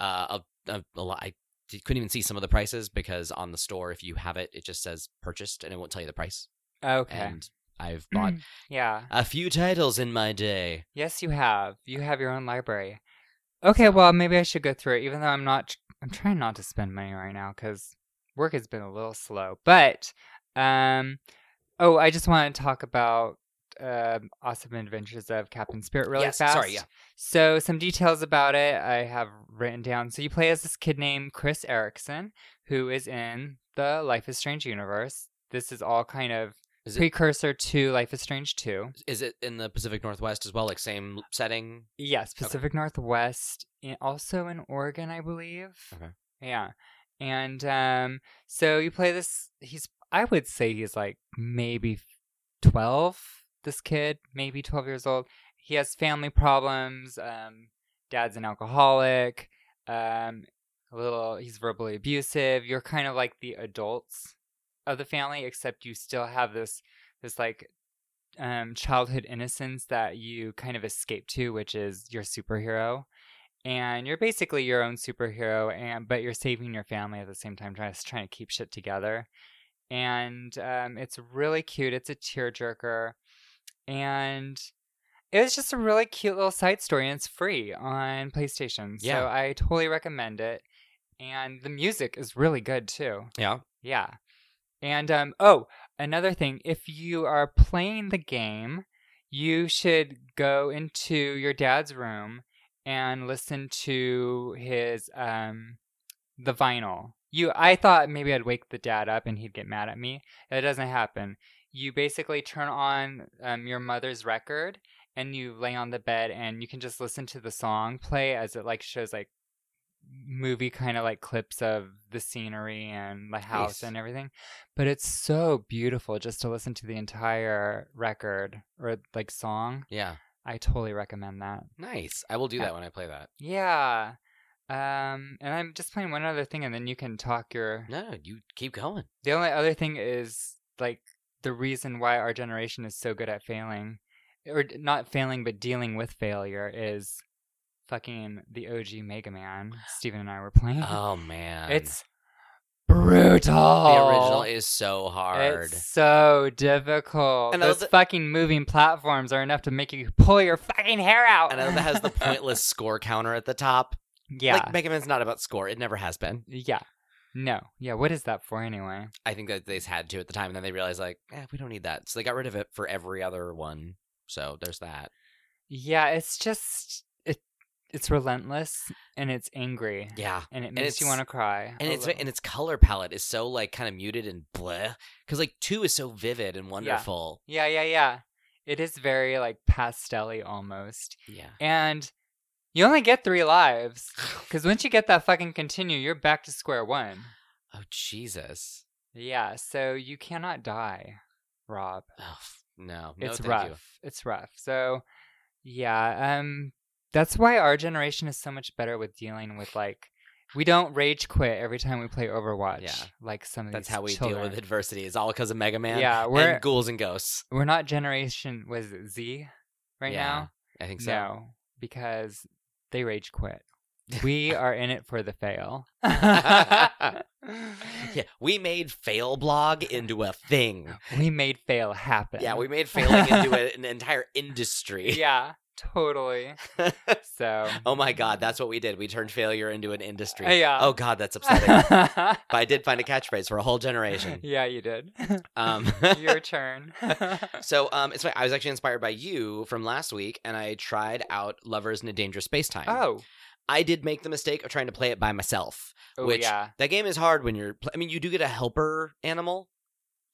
B: uh a, a, a lot. I d- couldn't even see some of the prices because on the store, if you have it, it just says purchased and it won't tell you the price.
A: okay. Mm.
B: And I've bought
A: yeah.
B: a few titles in my day.
A: Yes, you have. You have your own library. Okay. Well, maybe I should go through it, even though I'm not. I'm trying not to spend money right now because work has been a little slow. But, um, oh, I just want to talk about um awesome adventures of Captain Spirit really
B: Yes,
A: fast.
B: sorry, yeah.
A: So some details about it I have written down. So you play as this kid named Chris Erickson, who is in the Life is Strange universe. This is all kind of
B: Is it
A: precursor to Life is Strange two.
B: Is it in the Pacific Northwest as well? Like same setting?
A: Yes, Pacific Northwest, and also in Oregon, I believe.
B: Okay.
A: Yeah, and um, so you play this. He's, I would say, he's like maybe twelve. This kid, maybe twelve years old. He has family problems. Um, dad's an alcoholic. Um, a little. He's verbally abusive. You're kind of like the adults of the family, except you still have this, this like um, childhood innocence that you kind of escape to, which is your superhero. And you're basically your own superhero, and but you're saving your family at the same time, trying to, trying to keep shit together. And um, it's really cute. It's a tearjerker, and it was just a really cute little side story. And it's free on PlayStation, so
B: Yeah.
A: I totally recommend it. And the music is really good too.
B: Yeah.
A: Yeah. And um oh, another thing, if you are playing the game, you should go into your dad's room and listen to his um the vinyl. You I thought maybe I'd wake the dad up and he'd get mad at me. That doesn't happen. You basically turn on um, your mother's record and you lay on the bed and you can just listen to the song play as it like shows like movie kind of like clips of the scenery and the house
B: Nice.
A: and everything. But it's so beautiful just to listen to the entire record or like song.
B: Yeah.
A: I totally recommend that.
B: Nice. I will do
A: Yeah.
B: that when I play that.
A: Yeah. Um and I'm just playing one other thing and then you can talk your
B: No, you keep going.
A: The only other thing is like the reason why our generation is so good at failing or d- not failing but dealing with failure is fucking the OG Mega Man. Steven and I were playing.
B: Oh man.
A: It's brutal.
B: the original is so hard.
A: It's so difficult.
B: And I
A: Those
B: love that-
A: fucking moving platforms are enough to make you pull your fucking hair out.
B: And I know that has the pointless score counter at the top.
A: yeah,
B: Like Mega Man's not about score. It never has been.
A: yeah, no, yeah. What is that for anyway?
B: I think that they just had to at the time and then they realized like, eh, we don't need that. So they got rid of it for every other one. So there's that.
A: Yeah, it's just it. It's relentless and it's angry
B: Yeah.
A: and it makes you
B: it's-
A: want to cry.
B: and
A: a
B: it's
A: little.
B: and its color palette is so like kind of muted and bleh because like two is so vivid and wonderful.
A: yeah, yeah, yeah. It is very like pastelly almost,
B: Yeah,
A: and you only get three lives because once you get that fucking continue, you're back to square one.
B: Oh Jesus!
A: Yeah, so you cannot die, Rob.
B: Oh f- no, no,
A: it's
B: thank
A: rough.
B: you.
A: It's rough. So, yeah, um, that's why our generation is so much better with dealing with like We don't rage quit every time we play Overwatch.
B: Yeah.
A: Like some of
B: That's
A: these
B: how we
A: children.
B: deal with adversity. It's all because of Mega Man.
A: Yeah, we're
B: and ghouls and ghosts.
A: we're not generation was it Z right
B: Yeah,
A: now?
B: I think so.
A: No, because they rage quit. We are in it for the fail.
B: Yeah, we made fail blog into a thing.
A: We made fail happen.
B: Yeah, we made failing into a, an entire industry.
A: Yeah, totally. So uh,
B: oh my god, that's what we did. We turned failure into an industry.
A: yeah.
B: Oh god, that's upsetting. but I did find a catchphrase for a whole generation.
A: yeah, you did.
B: Um,
A: Your turn.
B: so um, it's funny. I was actually inspired by you from last week, and I tried out Lovers in a Dangerous Space Time.
A: oh,
B: I did make the mistake of trying to play it by myself.
A: oh
B: Which-
A: yeah.
B: That game is hard when you're. Pl- I mean, you do get a helper animal.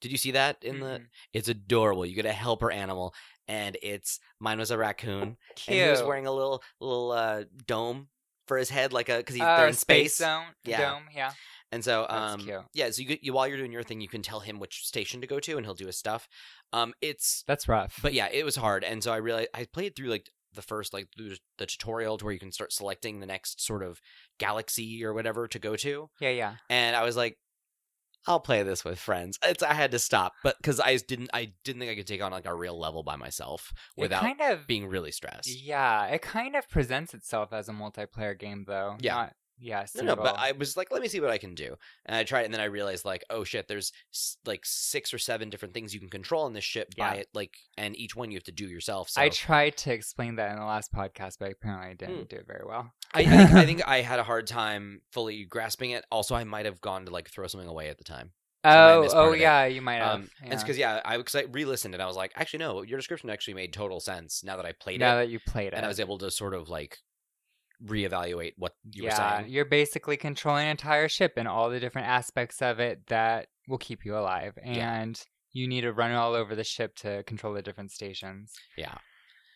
B: Did you see that in the?
A: Mm,
B: It's adorable. You get a helper animal, and it's mine was a raccoon,
A: Oh, Mm-hmm. cute.
B: and he was wearing a little little uh, dome for his head, like a because
A: Uh,
B: they're in space.
A: zone
B: Yeah.
A: dome. Yeah.
B: And so,
A: That's
B: um,
A: cute.
B: yeah. So you, get- you while you're doing your thing, you can tell him which station to go to, and he'll do his stuff. Um, it's
A: That's rough.
B: but yeah, it was hard, and so I realized I played through like the first like the, the tutorial to where you can start selecting the next sort of galaxy or whatever to go to,
A: yeah, yeah.
B: and I was like, I'll play this with friends. It's I had to stop, but because I didn't I didn't think I could take on like a real level by myself without
A: it kind of
B: being really stressed.
A: yeah, it kind of presents itself as a multiplayer game though.
B: Yeah.
A: Not, yeah.
B: No, no, but
A: single.
B: I was like, let me see what I can do. And I tried, it, and then I realized, like, oh shit, there's s- like six or seven different things you can control in this ship by
A: Yeah.
B: it, like, and each one you have to do yourself. So
A: I tried to explain that in the last podcast, but apparently I
B: Hmm.
A: didn't do it very well.
B: I, I, think, I think I had a hard time fully grasping it. Also, I might have gone to like throw something away at the time. I
A: Oh,
B: missed part
A: oh
B: of it.
A: yeah, you might have.
B: Um, and it's because yeah, I because I re-listened and I was like, actually no, your description actually made total sense now that I
A: yeah.
B: played
A: now
B: it,
A: that you played it,
B: and I was able to sort of like reevaluate what you
A: yeah,
B: were saying.
A: you're basically controlling an entire ship and all the different aspects of it that will keep you alive,
B: Yeah.
A: and you need to run all over the ship to control the different stations.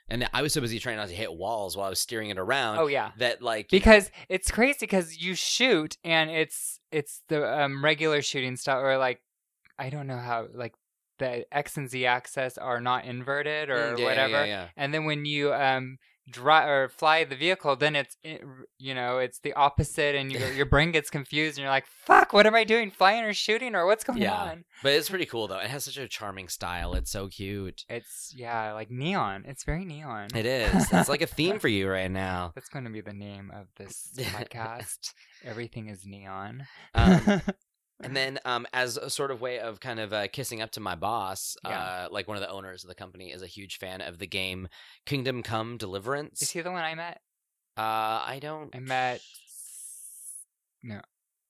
B: And I was so busy trying not to hit walls while I was steering it around
A: Oh yeah,
B: that like you-
A: because it's crazy because you shoot and it's it's the um, regular shooting style or like I don't know how like the X and Z axis are not inverted or
B: Mm, yeah, yeah,
A: whatever.
B: yeah, yeah.
A: and then when you um drive or fly the vehicle then it's i- r- you know it's the opposite and your your brain gets confused and you're like fuck what am i doing flying or shooting or what's going
B: Yeah.
A: on
B: But it's pretty cool though. It has such a charming style. It's so cute.
A: it's yeah like neon it's very neon
B: It is. It's like a theme for you right now.
A: that's going to be the name of this podcast everything is neon
B: Um, and then, um, as a sort of way of kind of uh, kissing up to my boss,
A: Yeah.
B: uh, like one of the owners of the company is a huge fan of the game Kingdom Come Deliverance.
A: is he the one i met
B: uh, I don't.
A: i met no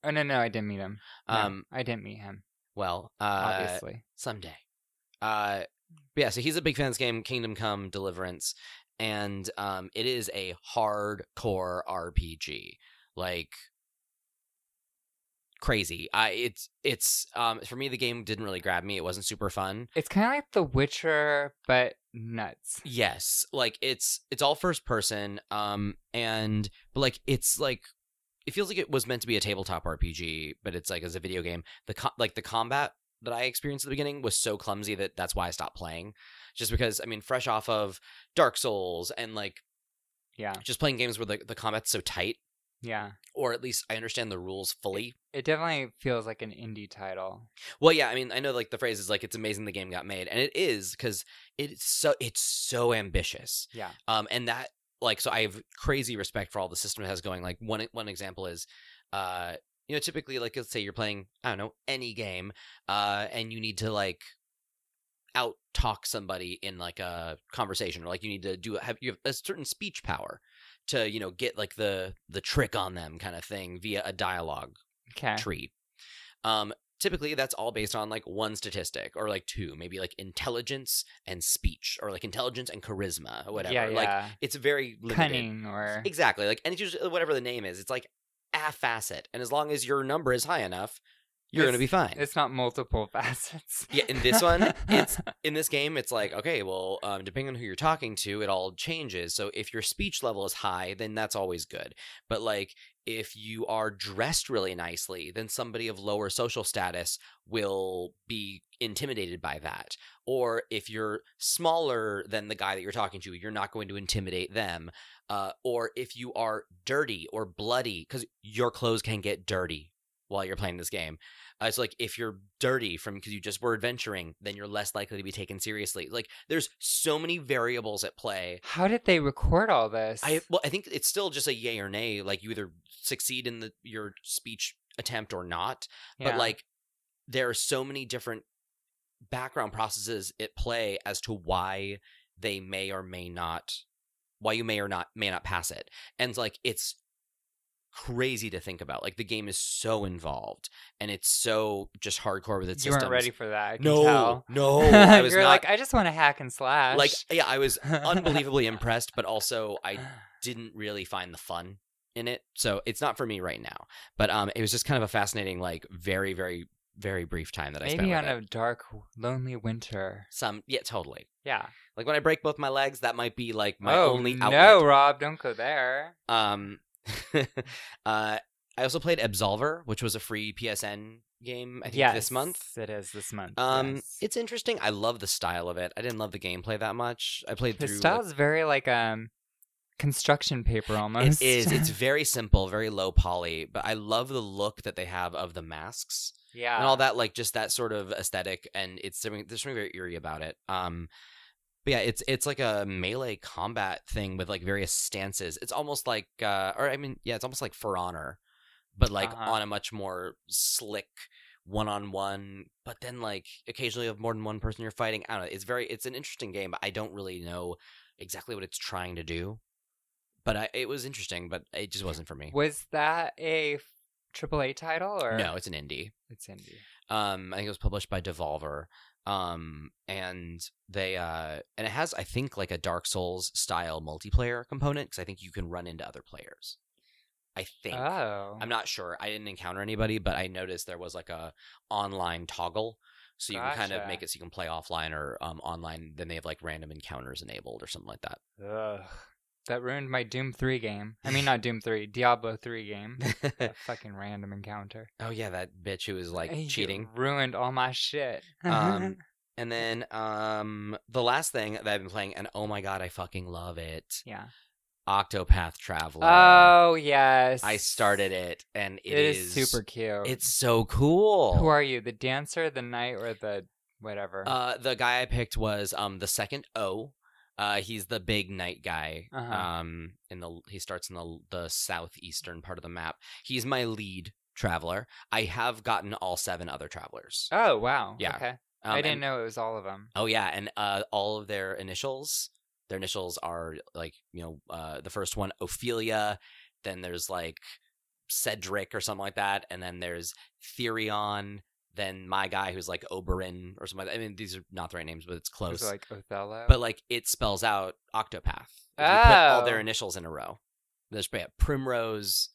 A: oh no no i didn't meet him No,
B: Um,
A: i didn't meet him
B: well, uh,
A: obviously
B: someday. Uh, but yeah. So he's a big fan of this game, Kingdom Come Deliverance, and um, it is a hardcore RPG, like crazy. I it's it's um for me the game didn't really grab me. It wasn't super fun.
A: it's kind of like the witcher but nuts
B: Yes, like it's it's all first person, um, and but like it's like it feels like it was meant to be a tabletop RPG, but it's like as a video game. The co- like the combat that I experienced at the beginning was so clumsy that that's why I stopped playing. Just because I mean, fresh off of Dark Souls and like
A: yeah
B: just playing games where the the combat's so tight,
A: yeah
B: or at least I understand the rules fully.
A: It definitely feels like an indie title.
B: Well, yeah, I mean, I know like the phrase is like it's amazing the game got made, and it is because it's so it's so ambitious.
A: Yeah.
B: Um, and that like so I have crazy respect for all the system it has going. Like one one example is, uh, you know, typically like let's say you're playing I don't know any game, uh, and you need to like out talk somebody in like a conversation or like you need to do have you have a certain speech power to you know get like the the trick on them kind of thing via a dialogue
A: Okay.
B: tree. Um, typically, that's all based on like one statistic or like two, maybe like intelligence and speech or like intelligence and charisma or whatever.
A: Yeah,
B: Like
A: yeah.
B: it's very limited.
A: Cunning or
B: Exactly. Like, and it's usually whatever the name is. It's like a facet, and as long as your number is high enough, you're going to be fine.
A: It's not multiple facets.
B: Yeah, in this one, it's in this game, it's like, okay, well, um, depending on who you're talking to, it all changes. So if your speech level is high, then that's always good. But like, if you are dressed really nicely, then somebody of lower social status will be intimidated by that. Or if you're smaller than the guy that you're talking to, you're not going to intimidate them. Uh, or if you are dirty or bloody, because your clothes can get dirty while you're playing this game. Uh, it's like if you're dirty from because you just were adventuring, then you're less likely to be taken seriously. Like there's so many variables at play.
A: How did they record all this?
B: I well, I think it's still just a yay or nay. Like you either succeed in the your speech attempt or not.
A: Yeah.
B: But like there are so many different background processes at play as to why they may or may not why you may or not may not pass it. And like it's crazy to think about. Like the game is so involved and it's so just hardcore with its
A: you
B: systems.
A: weren't ready for that. I can
B: no,
A: tell.
B: no, I was
A: You're
B: not.
A: like, I just want to hack and slash.
B: like yeah, I was unbelievably impressed, but also I didn't really find the fun in it. So it's not for me right now. But um it was just kind of a fascinating, like very, very, very brief time that I spent
A: Maybe
B: with
A: on
B: it.
A: a dark, lonely winter.
B: Some yeah, totally.
A: Yeah.
B: Like when I break both my legs, that might be like my
A: oh,
B: only
A: no,
B: outlet.
A: Rob, don't go there.
B: Um, uh, I also played Absolver, which was a free PSN game. I think
A: Yes,
B: this month.
A: It is this month.
B: Um,
A: yes.
B: it's interesting. I love the style of it. I didn't love the gameplay that much. I played
A: The
B: through.
A: style's very like um construction paper
B: like,
A: almost.
B: it is. It's very simple, very low poly, but I love the look that they have of the masks
A: yeah.
B: and all that, like just that sort of aesthetic. And it's something- there's something very eerie about it. Um, but yeah, it's it's like a melee combat thing with like various stances. It's almost like, uh, or I mean, yeah, it's almost like For Honor, but like
A: Uh-huh.
B: on a much more slick one on one. But then like occasionally you have more than one person you're fighting. I don't know. It's very it's an interesting game, but I don't really know exactly what it's trying to do. But I, it was interesting, but it just wasn't for me.
A: Was that a f- AAA title or
B: No, it's an indie.
A: It's indie.
B: Um, I think it was published by Devolver. Um, and they uh, and it has I think like a Dark Souls style multiplayer component because I think you can run into other players. I think
A: Oh,
B: I'm not sure. I didn't encounter anybody, but I noticed there was like a online toggle, so you can kind
A: Gotcha.
B: of make it so you can play offline or um, online. Then they have like random encounters enabled or something like that.
A: Ugh. that ruined my Doom Three game. I mean, not Doom Three, Diablo Three game. that fucking random encounter.
B: oh yeah, that bitch who was like
A: Hey, you
B: cheating.
A: ruined all my shit.
B: Um, And then um, the last thing that I've been playing, and oh my god, I fucking love it.
A: yeah.
B: Octopath Traveler.
A: Oh yes.
B: I started it, and
A: it is, super cute.
B: It's so cool.
A: Who are you? The dancer, the knight, or the whatever?
B: uh, the guy I picked was um the second O. Uh, he's the big night guy.
A: Uh-huh.
B: Um, in the he starts in the the southeastern part of the map. He's my lead traveler. I have gotten all seven other travelers.
A: oh wow.
B: yeah.
A: Okay.
B: Um,
A: I didn't
B: and-
A: know it was all of them.
B: Oh yeah, and uh, all of their initials, their initials are like you know uh, the first one Ophelia, then there's like Cedric or something like that, and then there's Therion, then my guy who's like Oberon or something. Like that. I mean, these are not the right names, but it's
A: It was
B: close.
A: like oh. Othello.
B: but like it spells out Octopath. If you put all their
A: Oh.
B: initials in a row. There's yeah, Primrose,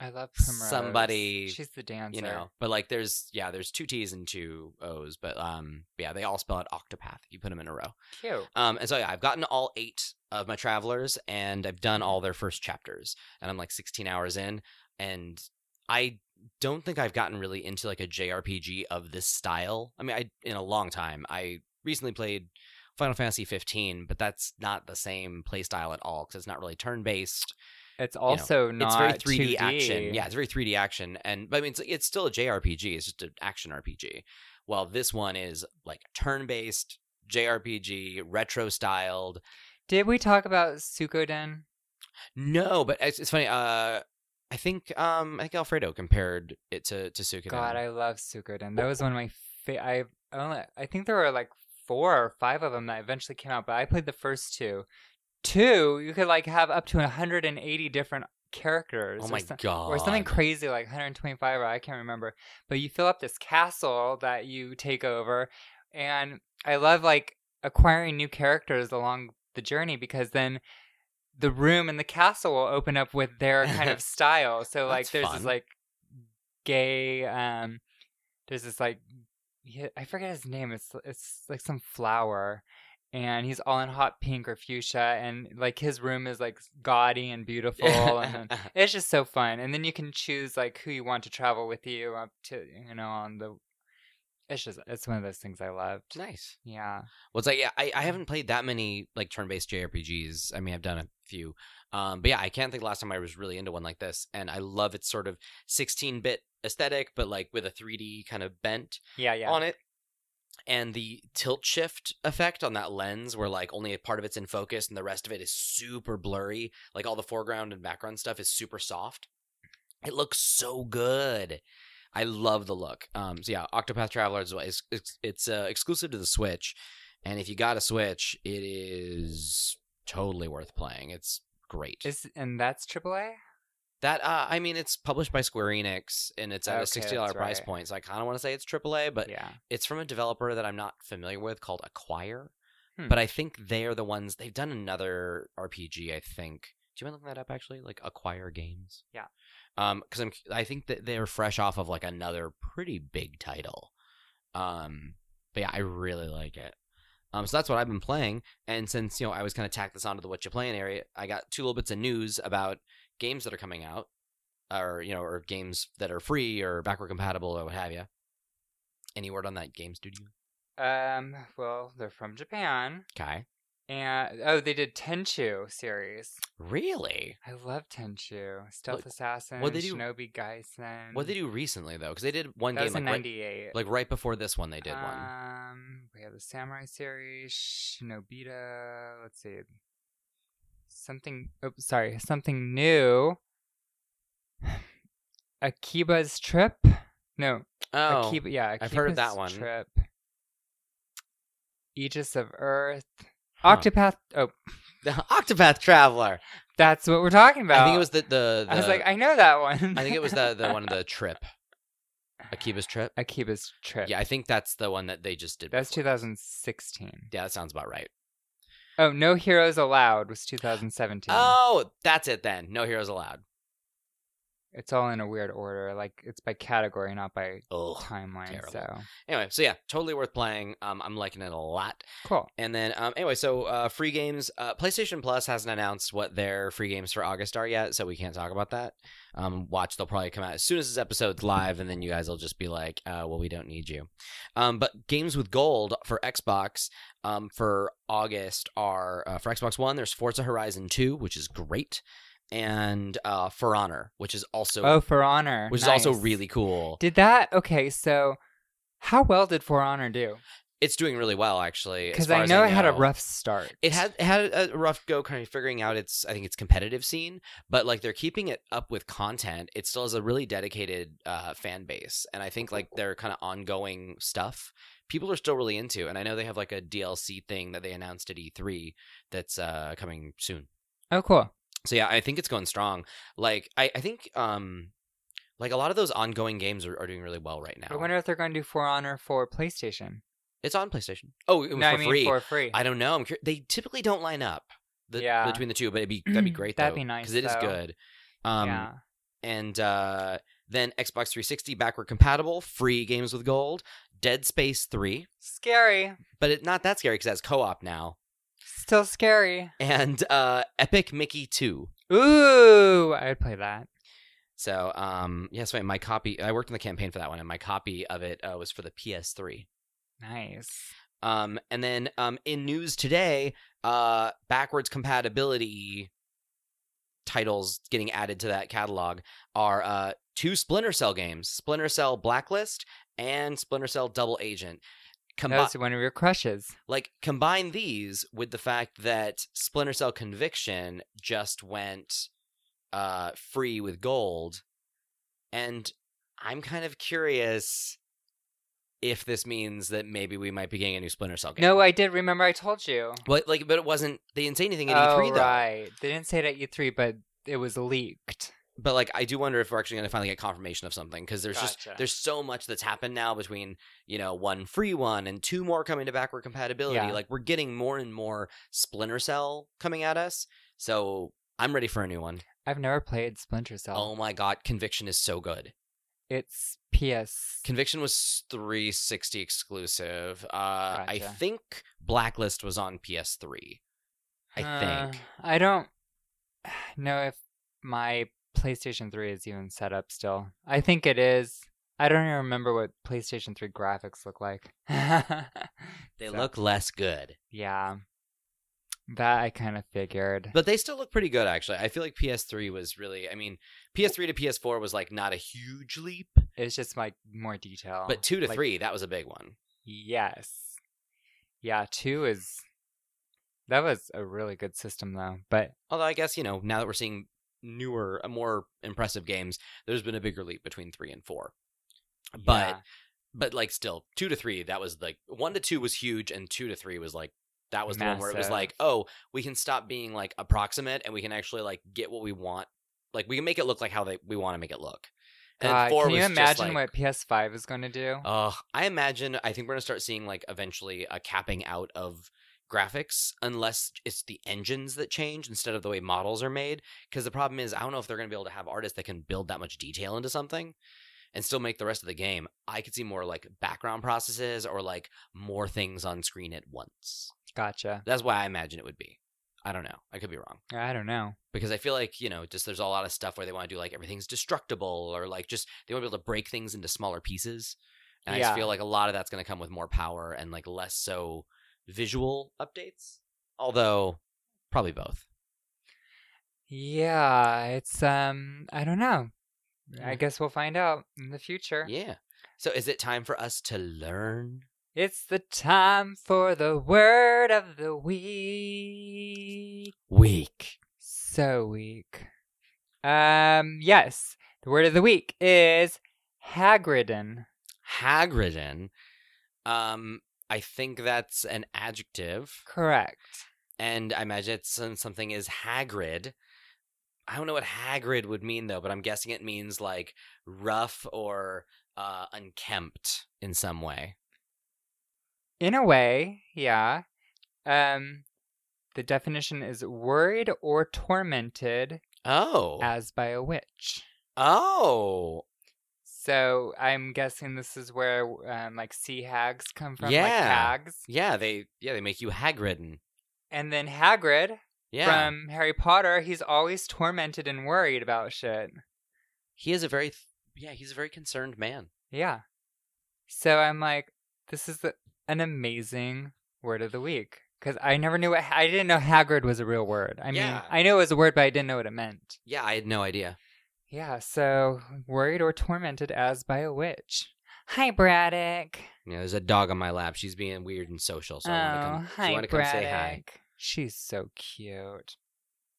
A: I love Primrose.
B: somebody,
A: She's the dancer.
B: you know, but like there's yeah, there's two T's and two O's, but um yeah, they all spell out Octopath. if You put them in a row.
A: Cute.
B: Um, and so yeah, I've gotten all eight of my travelers, and I've done all their first chapters, and I'm like 16 hours in, and I don't think I've gotten really into like a JRPG of this style. I mean, I in a long time. I recently played Final Fantasy 15, but that's not the same playstyle at all because it's not really turn based.
A: It's also not
B: It's very 3D,
A: 2D.
B: action. Yeah, it's very 3D action, and but I mean, it's, it's still a JRPG. It's just an action RPG. While this one is like turn based. JRPG, retro styled,
A: Did we talk about Sukoden?
B: No, but it's, it's funny. Uh, I think um, I think Alfredo compared it to to Suikoden.
A: God, I love Sukoden. That was one of my fa- I only I think there were like four or five of them that eventually came out, but I played the first two. Two, you could like have up to 180 different characters.
B: oh
A: or
B: my
A: some-
B: god,
A: or something crazy like 125 or I can't remember. But you fill up this castle that you take over, and I love like acquiring new characters along the journey because then the room in the castle will open up with their kind of style. So like
B: That's
A: there's this
B: fun.
A: like gay um there's this like he- I forget his name. It's it's like some flower, and he's all in hot pink or fuchsia, and like his room is like gaudy and beautiful, and then- it's just so fun. And then you can choose like who you want to travel with you up to you know on the. It's just it's one of those things I loved.
B: nice.
A: Yeah,
B: Well, it's like yeah, I, I haven't played that many like turn-based JRPGs. I mean, I've done a few, um, but yeah, I can't think the last time I was really into one like this. And I love its sort of 16-bit aesthetic, but like with a 3D kind of bent
A: yeah, yeah.
B: on it. And the tilt shift effect on that lens, where like only a part of it's in focus and the rest of it is super blurry. Like all the foreground and background stuff is super soft. It looks so good. I love the look. Um, so yeah, Octopath Traveler is it's it's, it's uh, exclusive to the Switch, and if you got a Switch, it is totally worth playing. It's great.
A: Is and that's AAA.
B: That uh, I mean, it's published by Square Enix, and it's at
A: Okay,
B: a sixty dollar
A: that's
B: price
A: right.
B: point. So I kind of want to say it's AAA, but
A: yeah,
B: it's from a developer that I'm not familiar with called Acquire,
A: Hmm.
B: but I think they're the ones they've done another RPG. I think. Do you mind looking that up? Actually, like Acquire Games.
A: Yeah.
B: Um, because I'm I think that they're fresh off of like another pretty big title. Um, but yeah, I really like it. Um, so that's what I've been playing, and since you know I was kind of tacked this onto the what you playing area, I got two little bits of news about games that are coming out, or you know, or games that are free or backward compatible or what have you. Any word on that game studio?
A: Um, well, they're from Japan,
B: Okay.
A: and oh, they did Tenchu series.
B: Really?
A: I love Tenchu, Stealth
B: What-
A: Assassin,
B: what'd they do-
A: Shinobi Gaisen.
B: What they do recently though, because they did one
A: That
B: game
A: was
B: like
A: in
B: right,
A: '98.
B: like right before this one. They did one.
A: Um, we have the Samurai series, Shinobita. Let's see, something. Oh, sorry, something new. Akiba's trip. No,
B: Oh,
A: Akiba, yeah, Akiba's
B: I've heard of that one.
A: Trip. Aegis of Earth.
B: huh.
A: Octopath. Oh,
B: Octopath Traveler.
A: that's what we're talking about.
B: I think it was the the. the
A: I was like, I know that one.
B: I think it was the the one the trip. Akiba's trip.
A: Akiba's trip.
B: Yeah, I think that's the one that they just did.
A: that's
B: before.
A: 2016.
B: Yeah, that sounds about right.
A: Oh, No Heroes Allowed was 2017.
B: Oh, that's it then. No heroes allowed.
A: It's all in a weird order. Like it's by category, not by
B: Oh.
A: timeline.
B: terrible.
A: So
B: Anyway, so yeah, totally worth playing. Um, I'm liking it a lot.
A: cool.
B: And then, um, anyway, so uh, free games. Uh, PlayStation Plus hasn't announced what their free games for August are yet, so we can't talk about that. Um, watch, they'll probably come out as soon as this episode's live, and then you guys will just be like, uh, well, we don't need you. Um, but games with gold for Xbox um, for August are uh, for Xbox One, there's Forza Horizon 2, which is great, and uh, For Honor, which is also.
A: Oh, For Honor,
B: Which is also
A: Nice.
B: really cool.
A: Did that? Okay, so how well did For Honor do?
B: It's doing really well, actually. as
A: Because
B: far
A: I
B: as
A: know it had a rough start.
B: It had it had a rough go kind of figuring out its I think its competitive scene, but like they're keeping it up with content. It still has a really dedicated uh, fan base, and I think like their kind of ongoing stuff people are still really into. And I know they have like a DLC thing that they announced at E3 that's uh, coming soon.
A: Oh, cool.
B: So yeah, I think it's going strong. Like I I think um like a lot of those ongoing games are, are doing really well right
A: I
B: now.
A: wonder if they're going to do For Honor for PlayStation.
B: It's on PlayStation. Oh, it was
A: no, I
B: for
A: mean
B: free.
A: for free.
B: I don't know. I'm cur- they typically don't line up the,
A: Yeah. Mm-hmm.
B: between the two, but it'd be that'd be great.
A: That'd
B: though,
A: be nice,
B: because it is
A: though.
B: good. Um,
A: yeah.
B: and uh, then Xbox 360 backward compatible, free games with gold, Dead Space 3,
A: Scary.
B: but it's not that scary because that's co-op now,
A: Still scary.
B: and uh, Epic Mickey 2.
A: Ooh, I would play that.
B: So um, yeah, so my copy. I worked on the campaign for that one, and my copy of it uh, was for the PS3.
A: Nice.
B: Um, and then um, in news today, uh, backwards compatibility titles getting added to that catalog are uh, two Splinter Cell games: Splinter Cell Blacklist and Splinter Cell Double Agent.
A: that
B: Combi-
A: was one of your crushes.
B: like combine these with the fact that Splinter Cell Conviction just went uh, free with gold, and I'm kind of curious if this means that maybe we might be getting a new Splinter Cell game.
A: No, I did remember. I told you.
B: But like, but it wasn't. They didn't say anything at
A: oh,
B: E3 E though.
A: right. They didn't say it at E3, but it was leaked.
B: But like, I do wonder if we're actually going to finally get confirmation of something because there's
A: Gotcha.
B: just there's so much that's happened now between you know one free one and two more coming to backward compatibility.
A: Yeah.
B: Like we're getting more and more Splinter Cell coming at us. So I'm ready for a new one.
A: I've never played Splinter Cell.
B: Oh my god, Conviction is so good.
A: It's PS.
B: Conviction was 360 exclusive. Uh, I
A: Gotcha.
B: think Blacklist was on PS3. I
A: Uh,
B: think.
A: I don't know if my PlayStation 3 is even set up still. I think it is. I don't even remember what PlayStation 3 graphics look like.
B: They
A: So,
B: look less good,
A: Yeah. That I kind of figured.
B: but they still look pretty good, actually. I feel like PS3 was really, I mean, PS3 to PS4 was like not a huge leap,
A: it's just like more detail.
B: but two to
A: Like,
B: three, that was a big one.
A: Yes. Yeah, 2 is. That was a really good system, though. But
B: Although, I guess, you know, now that we're seeing newer, uh, more impressive games, there's been a bigger leap between three and four. But
A: yeah.
B: but like still two to three that was like one to two was huge and two to three was like that was the one where it was
A: Massive.
B: like oh we can stop being like approximate and we can actually like get what we want like we can make it look like how they we want to make it look and then
A: God,
B: four
A: Uh, can
B: was
A: you
B: just
A: imagine
B: like, Oh.
A: what PS5 is going to do?
B: Ugh, Uh, I imagine. I think we're gonna start seeing like eventually a capping out of graphics, unless it's the engines that change instead of the way models are made. Because the problem is, I don't know if they're gonna be able to have artists that can build that much detail into something and still make the rest of the game. I could see more like background processes or like more things on screen at once.
A: Gotcha.
B: That's why I imagine it would be. I don't know. I could be wrong
A: I don't know.
B: because I feel like you know, just there's a lot of stuff where they want to do like everything's destructible or like just they want to be able to break things into smaller pieces, and I just
A: Yeah.
B: feel like a lot of that's going to come with more power and like less so visual updates. Although, probably both.
A: Yeah, it's um I don't know.
B: Yeah.
A: I guess we'll find out in the future.
B: Mm. Yeah. So is it time for us to learn?
A: It's the time for the word of the week.
B: Week.
A: So weak. Um yes, the word of the week is Hagridden.
B: Hagridden. Um, I think that's an adjective.
A: Correct.
B: and I imagine it's some- something is Hagrid. I don't know what Hagrid would mean though, but I'm guessing it means like rough or uh, unkempt in some way.
A: In a way, yeah. Um the definition is worried or tormented
B: Oh,
A: as by a witch.
B: oh,
A: So I'm guessing this is where um, like sea hags come from, like
B: Yeah.
A: hags,
B: yeah. They yeah they make you Hagridden.
A: and then Hagrid
B: Yeah,
A: from Harry Potter. He's always tormented and worried about shit.
B: he is a very th- yeah he's a very concerned man.
A: Yeah. So I'm like, this is the, an amazing word of the week because I never knew what I didn't know Hagrid was a real word. I mean,
B: Yeah.
A: I knew it was a word, but I didn't know what it meant.
B: Yeah, I had no idea.
A: Yeah. So worried or tormented as by a witch. Hi, Braddock.
B: You know, there's a dog on my lap. She's being weird and social, so I wanna come,
A: Oh, hi,
B: you want to come say hi?
A: Braddock. She's so cute.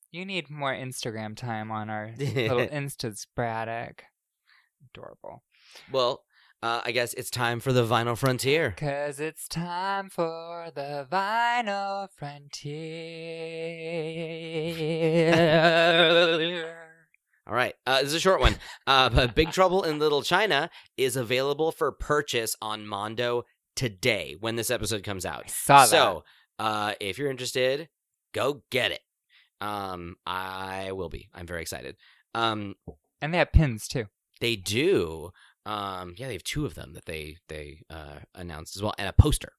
A: You need more Instagram time on our little Instas, Braddock. Adorable.
B: well, uh, I guess it's time for the vinyl frontier.
A: Cause it's time for the vinyl frontier.
B: All right. Uh, this is a short one. Uh, but Big Trouble in Little China is available for purchase on Mondo today when this episode comes
A: I
B: out.
A: saw
B: So uh, if you're interested, go get it. Um, I will be. I'm very excited. Um,
A: that. And they have pins too.
B: they do. Um, yeah, they have two of them that they they uh, announced as well, and a poster.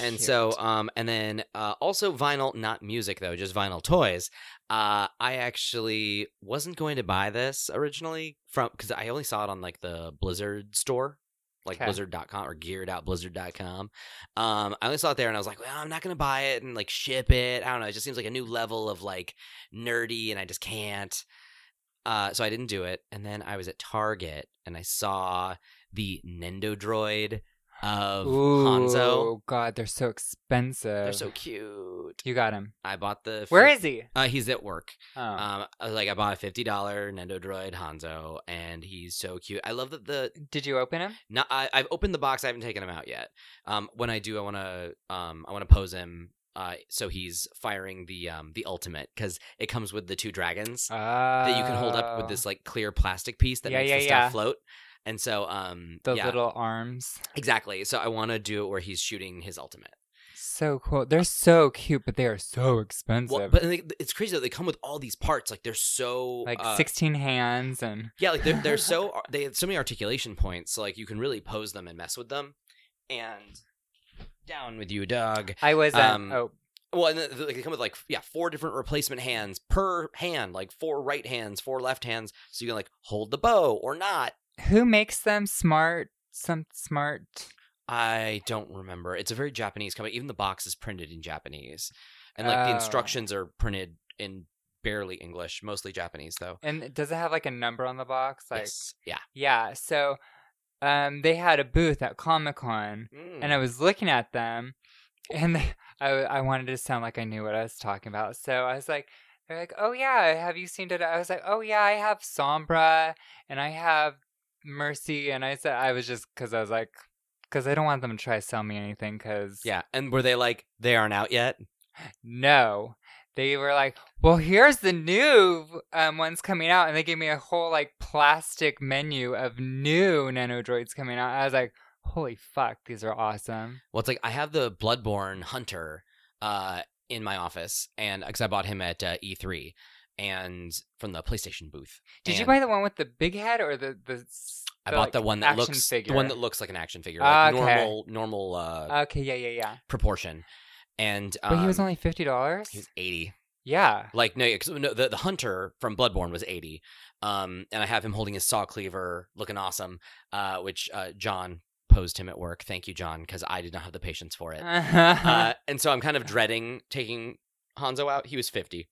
B: And so,
A: Cute.
B: um, and then uh, also vinyl, not music though, just vinyl toys. Uh, I actually wasn't going to buy this originally from because I only saw it on like the Blizzard store, like
A: 'Kay.
B: Blizzard.com or gear.blizzard.com. Um, I only saw it there, and I was like, well, I'm not going to buy it and like ship it. I don't know. It just seems like a new level of like nerdy, and I just can't. Uh, so I didn't do it. And then I was at Target, and I saw the Nendo Droid of Hanzo.
A: Ooh, God, they're so expensive.
B: They're so cute.
A: You got him.
B: Uh, I bought the.
A: Where
B: fif-
A: is he?
B: Uh, he's at work.
A: Oh,
B: Um, I was like I bought a fifty dollar Nendo Droid Hanzo, and he's so cute. I love that the.
A: did you open him?
B: Not, I, I've opened the box. I haven't taken him out yet. Um, when I do, I want to. Um, I want to pose him. Uh, so he's firing the um the ultimate because it comes with the two dragons that you can hold up with
A: Oh.
B: this like clear plastic piece that
A: Yeah,
B: makes
A: yeah,
B: the
A: yeah.
B: stuff float. And so, um,
A: the
B: yeah,
A: little arms.
B: exactly. So I want to do it where he's shooting his ultimate.
A: so cool. They're so cute, but they are so expensive.
B: Well, but they, it's crazy that they come with all these parts. Like they're so
A: like
B: uh,
A: 16 hands and
B: Yeah, like they're they're so uh, they have so many articulation points. So like you can really pose them and mess with them. And down with you, dog.
A: I was um,
B: um,
A: oh
B: Well, and then, like, they come with like yeah, four different replacement hands per hand, like four right hands, four left hands, so you can like hold the bow or not.
A: who makes them smart some smart
B: I don't remember. It's a very Japanese company. Even the box is printed in Japanese, and like the
A: Oh.
B: instructions are printed in barely English, mostly Japanese though.
A: and does it have like a number on the box like
B: yes. Yeah.
A: yeah so um they had a booth at comic-con and I was looking at them, and they, I I wanted to sound like I knew what I was talking about. So I was like, they're like, oh yeah, have you seen it? I was like, oh yeah, I have Sombra and I have Mercy, and I said I was just because I was like, because I don't want them to try to sell me anything, because
B: yeah. And were they like they aren't out yet?
A: no. They were like, well, here's the new um, ones coming out. And they gave me a whole like plastic menu of new nanodroids coming out. I was like, holy fuck, these are awesome.
B: Well, it's like I have the Bloodborne Hunter uh, in my office, and because I bought him at uh, E3 and from the PlayStation booth.
A: Did you
B: And
A: buy the one with the big head or the the? s-
B: I
A: the,
B: bought
A: like,
B: the one that
A: action
B: looks
A: figure?
B: the one that looks like an action figure,
A: Ah,
B: like
A: okay.
B: normal normal uh,
A: Okay, yeah, yeah, yeah.
B: proportion. And um,
A: But he was only fifty dollars.
B: he was eighty.
A: Yeah.
B: Like no, 'cause, no the, the hunter from Bloodborne was eighty, um, and I have him holding his saw cleaver, looking awesome, uh, which uh, John posed him at work. Thank you, John, because I did not have the patience for it.
A: Uh-huh.
B: uh, and so I'm kind of dreading taking Hanzo out. He was 50.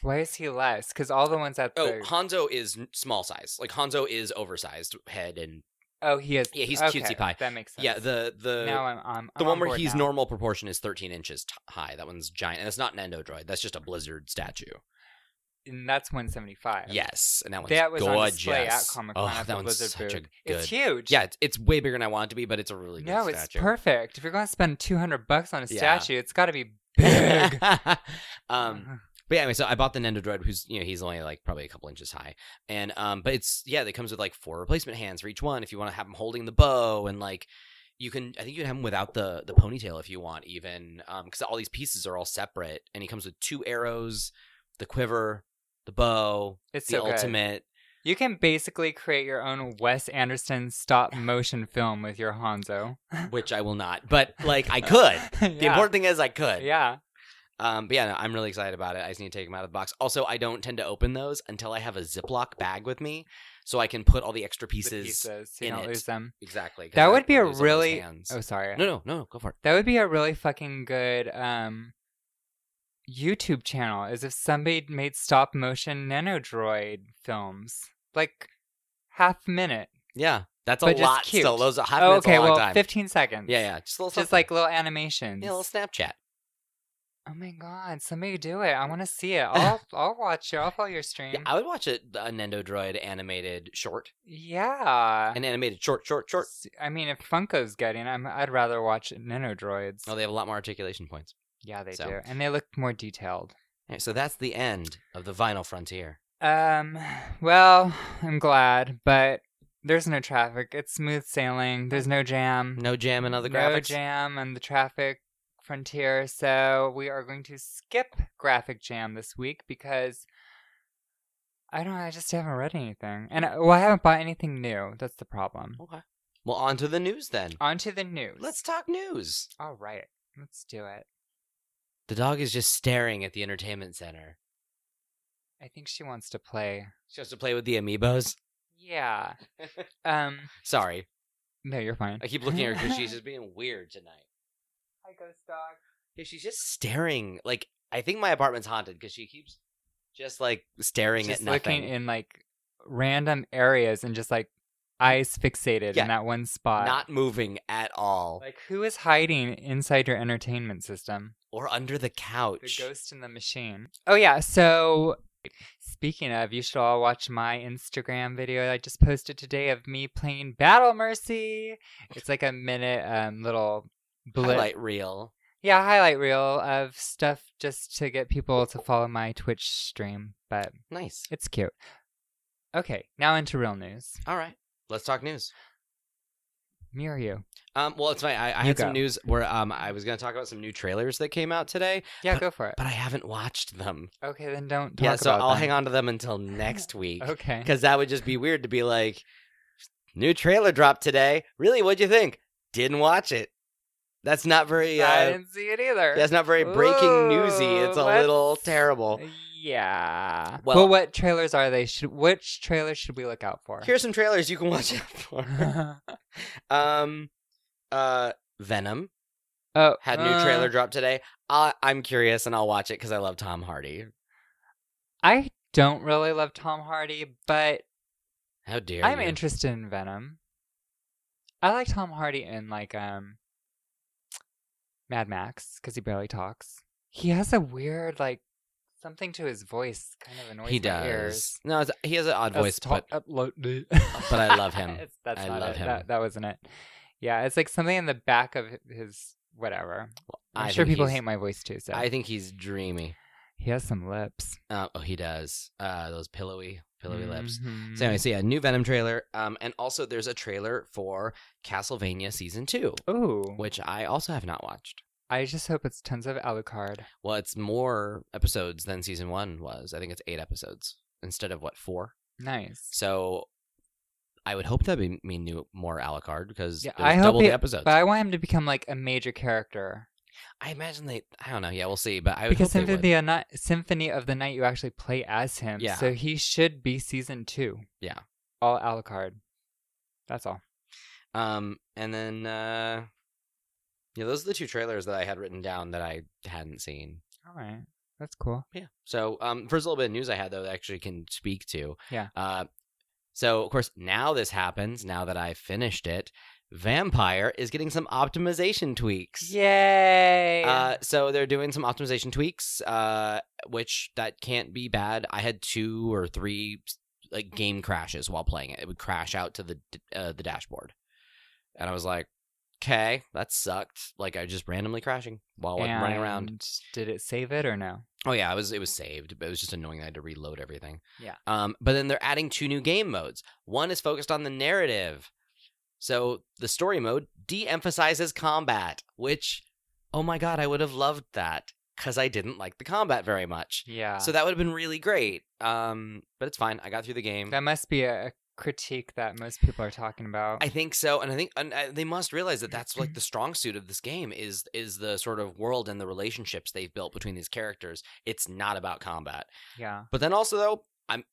A: Why is he less? Because all the ones at
B: Oh,
A: the
B: Hanzo is n- small size. Like Hanzo is oversized head and
A: oh he is
B: yeah, he's
A: okay,
B: cutesy pie.
A: That makes sense.
B: yeah, the the
A: now I'm on
B: the
A: I'm
B: one
A: on
B: where
A: board
B: he's
A: now.
B: normal proportion is 13 inches t- high. That one's giant, and it's not an endodroid. That's just a blizzard statue.
A: and that's one seventy five.
B: Yes, and that one's
A: That was on
B: gorgeous.
A: display at Comic-Con
B: Oh,
A: at the
B: that one's
A: Blizzard
B: such
A: booth.
B: a good.
A: It's huge.
B: yeah, it's, it's way bigger than I want it to be, but it's a really good
A: No,
B: statue.
A: it's perfect. If you're going to spend two hundred bucks on a
B: Yeah.
A: statue, it's got to be big. Uh-huh.
B: um, But yeah, anyway, so I bought the Nendo Droid, who's you know he's only like probably a couple inches high, and um, but it's yeah, that comes with like four replacement hands for each one if you want to have him holding the bow and like you can I think you can have him without the the ponytail if you want even um because all these pieces are all separate and he comes with two arrows, the quiver, the bow,
A: it's
B: the
A: so good.
B: ultimate.
A: You can basically create your own Wes Anderson stop motion film with your Hanzo.
B: Which I will not, but like I could. The
A: yeah.
B: important thing is I could.
A: Yeah.
B: Um, but yeah, no, I'm really excited about it. I just need to take them out of the box. Also, I don't tend to open those until I have a Ziploc bag with me, so I can put all the extra
A: The
B: pieces.
A: so you
B: in
A: don't
B: it.
A: lose them.
B: Exactly. 'cause
A: That
B: I
A: would be a
B: lose all those
A: really-
B: hands.
A: Oh, sorry.
B: No, no, no. Go for it.
A: That would be a really fucking good um YouTube channel is if somebody made stop motion nanodroid films. Like half minute.
B: Yeah, that's
A: But
B: a
A: just
B: lot.
A: cute.
B: Still, those are half
A: Oh,
B: minutes
A: okay,
B: a long
A: well,
B: time.
A: 15 seconds.
B: Yeah, yeah. Just a little.
A: Just
B: something.
A: like little animations.
B: yeah, a little Snapchat.
A: oh my god, somebody do it. I want to see it. I'll I'll watch it. I'll follow your stream.
B: Yeah, I would watch a, a Nendo Droid animated short,
A: yeah.
B: an animated short, short, short.
A: S- I mean, if Funko's getting, I'm, I'd rather watch Nanodroids.
B: Oh, they have a lot more articulation points.
A: yeah, they
B: so-
A: do, and they look more detailed.
B: All right, so that's the end of the vinyl frontier.
A: Um, well, I'm glad, but there's no traffic. It's smooth sailing. There's no jam.
B: No jamming on the
A: Mm-hmm. no
B: graphics.
A: jam and the traffic frontier. So we are going to skip graphic jam this week because I don't. know, I just haven't read anything, and uh, well, I haven't bought anything new. That's the problem.
B: Okay. Well, on to the news then.
A: On to the news.
B: Let's talk news.
A: All right, let's do it.
B: The dog is just staring at the entertainment center.
A: I think she wants to play.
B: She wants to play with the amiibos.
A: Yeah. um.
B: Sorry,
A: No, you're fine.
B: I keep looking at her because she's just being weird tonight.
A: Hi, ghost dog.
B: Yeah, she's just staring. Like I think my apartment's haunted because she keeps just like staring
A: Just
B: at nothing.
A: looking in like random areas and just like eyes fixated
B: Yeah.
A: in that one spot.
B: not moving at all,
A: like who is hiding inside your entertainment system?
B: or under the
A: The
B: couch.
A: ghost in the machine. Oh yeah. So speaking of, you should all watch my Instagram video that I just posted today of me playing Battle Mercy. It's like a minute um little blip
B: Highlight reel.
A: Yeah, highlight reel of stuff just to get people to follow my Twitch stream, but
B: Nice.
A: it's cute. Okay, now into real news.
B: All right, let's talk news.
A: Me or you?
B: Um, well, it's my I, I
A: You
B: had some
A: go.
B: news where um I was going to talk about some new trailers that came out today,
A: Yeah, go for it.
B: but I haven't watched them.
A: Okay, then don't talk
B: yeah, so
A: about
B: I'll hang on to them until next week
A: Okay.
B: because that would just be weird to be like, new trailer dropped today. Really, what'd you think? Didn't watch it. That's not very.
A: I
B: Uh,
A: didn't see it either.
B: that's not very breaking newsy. It's a
A: Ooh, let's-
B: little terrible.
A: Yeah.
B: Well-
A: but what trailers are they? Should which trailers should we look out for?
B: Here's some trailers you can watch out for. um, uh, Venom.
A: oh,
B: had new
A: uh,
B: trailer drop today. I, I'm curious and I'll watch it because I love Tom Hardy.
A: I don't really love Tom Hardy, but
B: How dare
A: I'm
B: you.
A: interested in Venom. I like Tom Hardy in like um Mad Max because he barely talks. He has a weird like something to his voice, kind of annoys
B: He
A: my
B: does.
A: ears.
B: No, it's, he has an odd
A: That's
B: voice,
A: ta-
B: but
A: upload-
B: but I love him.
A: It's- that's
B: I
A: not
B: love
A: it.
B: him.
A: That, that wasn't it. Yeah, it's like something in the back of hi- his whatever. I'm
B: I
A: sure
B: think
A: people
B: he's-
A: hate my voice too. So
B: I think he's dreamy.
A: he has some lips,
B: Uh, oh, he does. Uh, those pillowy, pillowy lips.
A: Mhm.
B: So anyway, so yeah, new Venom trailer. Um, and also there's a trailer for Castlevania season two,
A: Ooh,
B: which I also have not watched.
A: I just hope it's tons of Alucard.
B: Well, it's more episodes than season one was. I think it's eight episodes instead of what four.
A: Nice.
B: So I would hope that we mean new more Alucard because
A: Yeah,
B: it was
A: I hope
B: double
A: it-
B: the episodes.
A: But I want him to become like a major character
B: I imagine they. I don't know. Yeah, we'll see. But I would
A: because
B: hope they
A: Symphony of,
B: would.
A: the Night, Symphony of the Night, you actually play as him.
B: Yeah.
A: So he should be season two.
B: Yeah.
A: All Alucard. That's all.
B: Um, and then uh, yeah, those are the two trailers that I had written down that I hadn't seen.
A: All right. That's cool.
B: Yeah. So um, first little bit of news I had though that I actually can speak to.
A: Yeah.
B: Uh, so of course now this happens. Now that I finished it, Vampire is getting some optimization tweaks.
A: Yay!
B: Uh, so they're doing some optimization tweaks, uh, which that can't be bad. I had two or three like game crashes while playing it. It would crash out to the d- uh, the dashboard, and I was like, "Okay, that sucked." Like I just randomly crashing while like, oh, running around.
A: And Did it save it or no?
B: Oh yeah, I was it was saved, but it was just annoying. that I had to reload everything.
A: Yeah.
B: Um, but then they're adding two new game modes. One is focused on the narrative. So the story mode de-emphasizes combat, which oh my god, I would have loved that cuz I didn't like the combat very much.
A: Yeah.
B: So that would have been really great. Um, but it's fine. I got through the game.
A: that must be a critique that most people are talking about.
B: I think so, and I think and I, they must realize that that's like the strong suit of this game is is the sort of world and the relationships they've built between these characters. It's not about combat.
A: yeah.
B: But then also though, I'm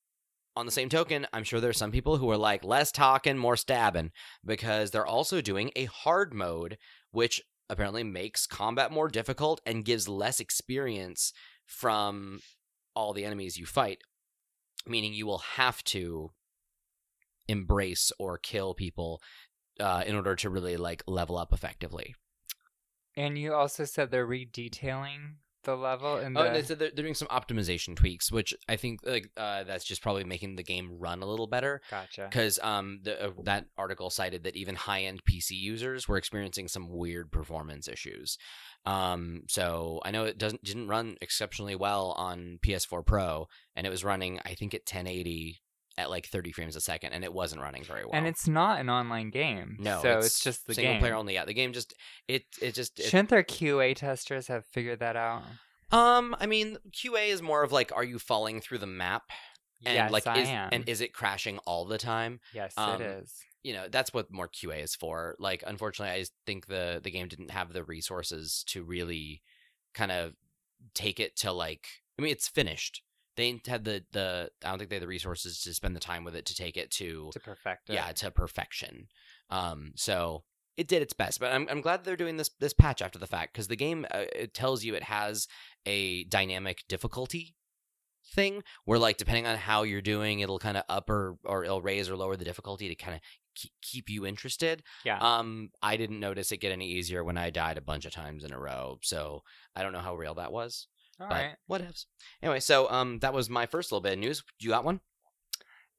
B: on the same token, I'm sure there's some people who are like less talking, more stabbing because they're also doing a hard mode which apparently makes combat more difficult and gives less experience from all the enemies you fight, meaning you will have to embrace or kill people uh, in order to really like level up effectively.
A: And you also said they're redetailing the level and
B: Oh,
A: the
B: and they said they're, they're doing some optimization tweaks, which I think like uh, that's just probably making the game run a little better.
A: gotcha.
B: because um the, uh, that article cited that even high end PC users were experiencing some weird performance issues. Um, so I know it doesn't didn't run exceptionally well on PS4 Pro, and it was running I think at 1080 at like 30 frames a second, and it wasn't running very well.
A: And it's not an online game.
B: no,
A: So it's, just the
B: single
A: game.
B: player only. Yeah, the game just it it just it,
A: Shouldn't their QA testers have figured that out?
B: um I mean QA is more of like are you falling through the map and
A: yes,
B: like
A: I
B: is,
A: am.
B: and is it crashing all the time?
A: yes,
B: um,
A: it is.
B: you know that's what more QA is for. Like, unfortunately, I just think the the game didn't have the resources to really kind of take it to like. I mean, it's finished. They didn't have the the. I don't think they had the resources to spend the time with it to take it to
A: To perfect it.
B: yeah to perfection. Um, so it did its best, but I'm I'm glad they're doing this this patch after the fact because the game uh, it tells you it has a dynamic difficulty thing where like depending on how you're doing it'll kind of up or or it'll raise or lower the difficulty to kind of keep, keep you interested
A: Yeah.
B: um i didn't notice it get any easier when i died a bunch of times in a row so i don't know how real that was
A: All
B: but
A: right.
B: what ifs anyway so um that was my first little bit of news you got one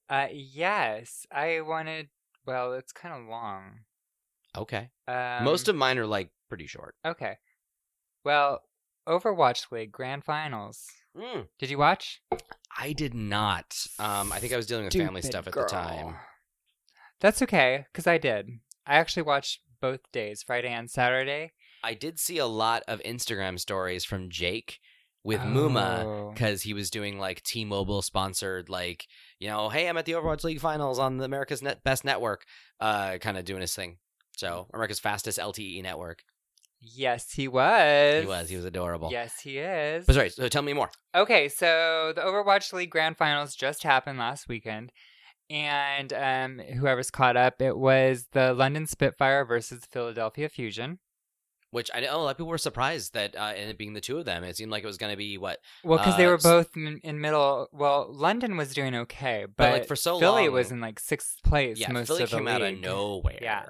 A: Uh, yes, I wanted. Well, it's kind of long.
B: okay
A: Um,
B: most of mine are like pretty short
A: Okay. Well, Overwatch League Grand Finals.
B: Mm,
A: Did you watch?
B: i did not um i think i was dealing with family
A: Stupid
B: stuff at the time
A: girl. That's okay, because I did. I actually watched both days, Friday and Saturday.
B: I did see a lot of Instagram stories from Jake with Muma
A: Oh.
B: because he was doing like T-Mobile sponsored, like you know, hey, I'm at the Overwatch League Finals on the America's Net- Best Network, uh, kind of doing his thing. So
A: Mm.
B: America's fastest LTE network.
A: Yes, he was.
B: He was. He was adorable.
A: Yes, he is.
B: But sorry. So tell me more.
A: Okay, so the Overwatch League Grand Finals just happened last weekend. And um, whoever's caught up, it was the London Spitfire versus Philadelphia Fusion.
B: Which I know a lot of people were surprised that uh, it being the two of them, it seemed like it was going to be what,
A: Well, because they
B: Uh,
A: were
B: s-
A: both in, in middle. Well, London was doing okay, but,
B: but, like for so long,
A: Philly was in like sixth place
B: yeah,
A: most
B: Philly
A: of the
B: came out of
A: league.
B: nowhere.
A: Yeah.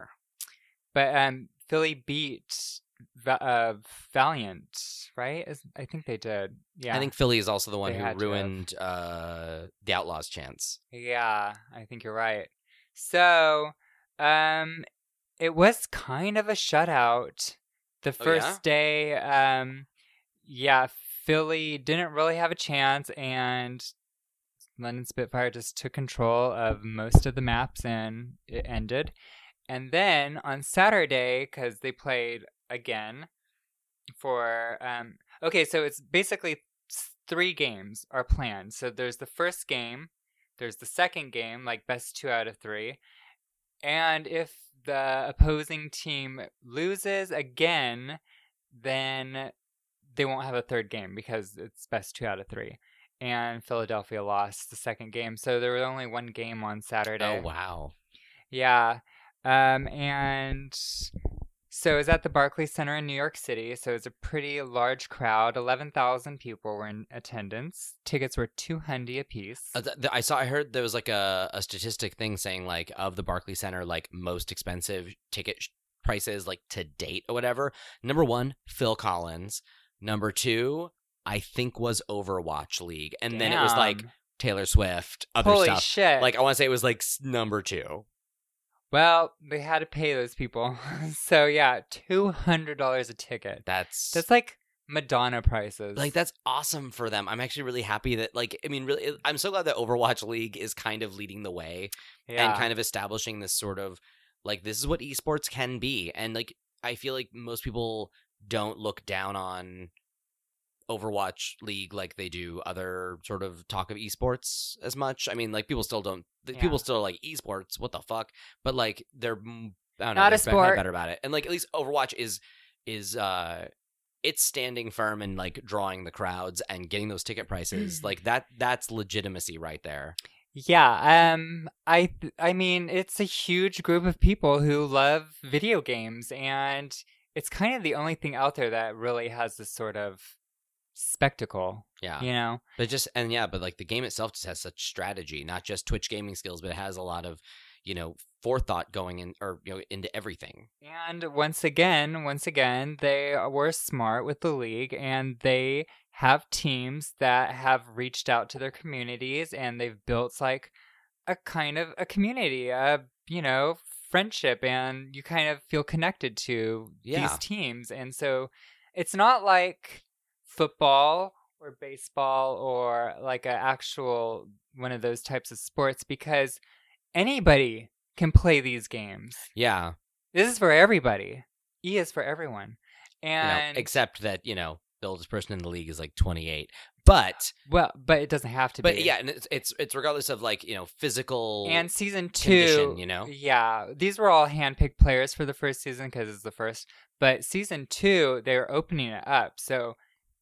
A: But um, Philly beat Va- uh, Valiant, right? Is- I think they did. Yeah,
B: I think Philly is also the one
A: They
B: who
A: had to have.
B: ruined uh, the Outlaws' chance.
A: Yeah, I think you're right. So, um, it was kind of a shutout the
B: Oh,
A: first day. Um, yeah, Philly didn't really have a chance, and London Spitfire just took control of most of the maps, and it ended. And then on Saturday, because they played again for um, okay, so it's basically s- three games are planned. So there's the first game there's the second game, like best two out of three. And if the opposing team loses again, then they won't have a third game because it's best two out of three. And Philadelphia lost the second game. So there was only one game on Saturday.
B: Oh wow!
A: Yeah. Um, and so it was at the Barclays Center in New York City. So it was a pretty large crowd. 11,000 people were in attendance. Tickets were 200 apiece.
B: Uh, th- th- I saw. I heard there was like a, a statistic thing saying like of the Barclay Center like most expensive ticket sh- prices like to date or whatever. Number one, Phil Collins. Number two, I think was Overwatch League, and then it was like
A: Damn.
B: Taylor Swift, other
A: Holy
B: stuff.
A: shit.
B: Like I want to say it was like s- number two.
A: Well, they had to pay those people. so yeah, two hundred dollars a ticket.
B: That's
A: That's like Madonna prices.
B: like that's awesome for them. I'm actually really happy that like I mean really I'm so glad that Overwatch League is kind of leading the way
A: yeah.
B: and kind of establishing this sort of like this is what esports can be and like I feel like most people don't look down on Overwatch League like they do other sort of talk of esports as much. I mean like people still don't the
A: Yeah.
B: people still are like esports what the fuck but like they're mm, I don't know,
A: Not a
B: they're kinda
A: sport.
B: better about it and like at least Overwatch is is uh it's standing firm and like drawing the crowds and getting those ticket prices like that that's legitimacy right there
A: yeah. Um, I th- I mean, it's a huge group of people who love video games, and it's kind of the only thing out there that really has this sort of spectacle.
B: yeah
A: You know?
B: but just and yeah but like the game itself just has such strategy not just twitch gaming skills but it has a lot of you know forethought going in or you know into everything
A: And once again, once again, they uh, were smart with the league and they have teams that have reached out to their communities and they've built like a kind of a community, a, you know, friendship and you kind of feel connected to
B: Yeah.
A: these teams. And so it's not like football or baseball or like an actual one of those types of sports because anybody can play these games.
B: yeah
A: This is for everybody. E is for everyone.
B: you know,
A: And
B: except that you know the oldest person in the league is like 28 but
A: well, but it doesn't have to
B: but
A: be.
B: yeah and it's, it's it's regardless of like you know physical
A: And season two,
B: condition you know
A: yeah, these were all handpicked players for the first season because it's the first. But season two, they're opening it up, so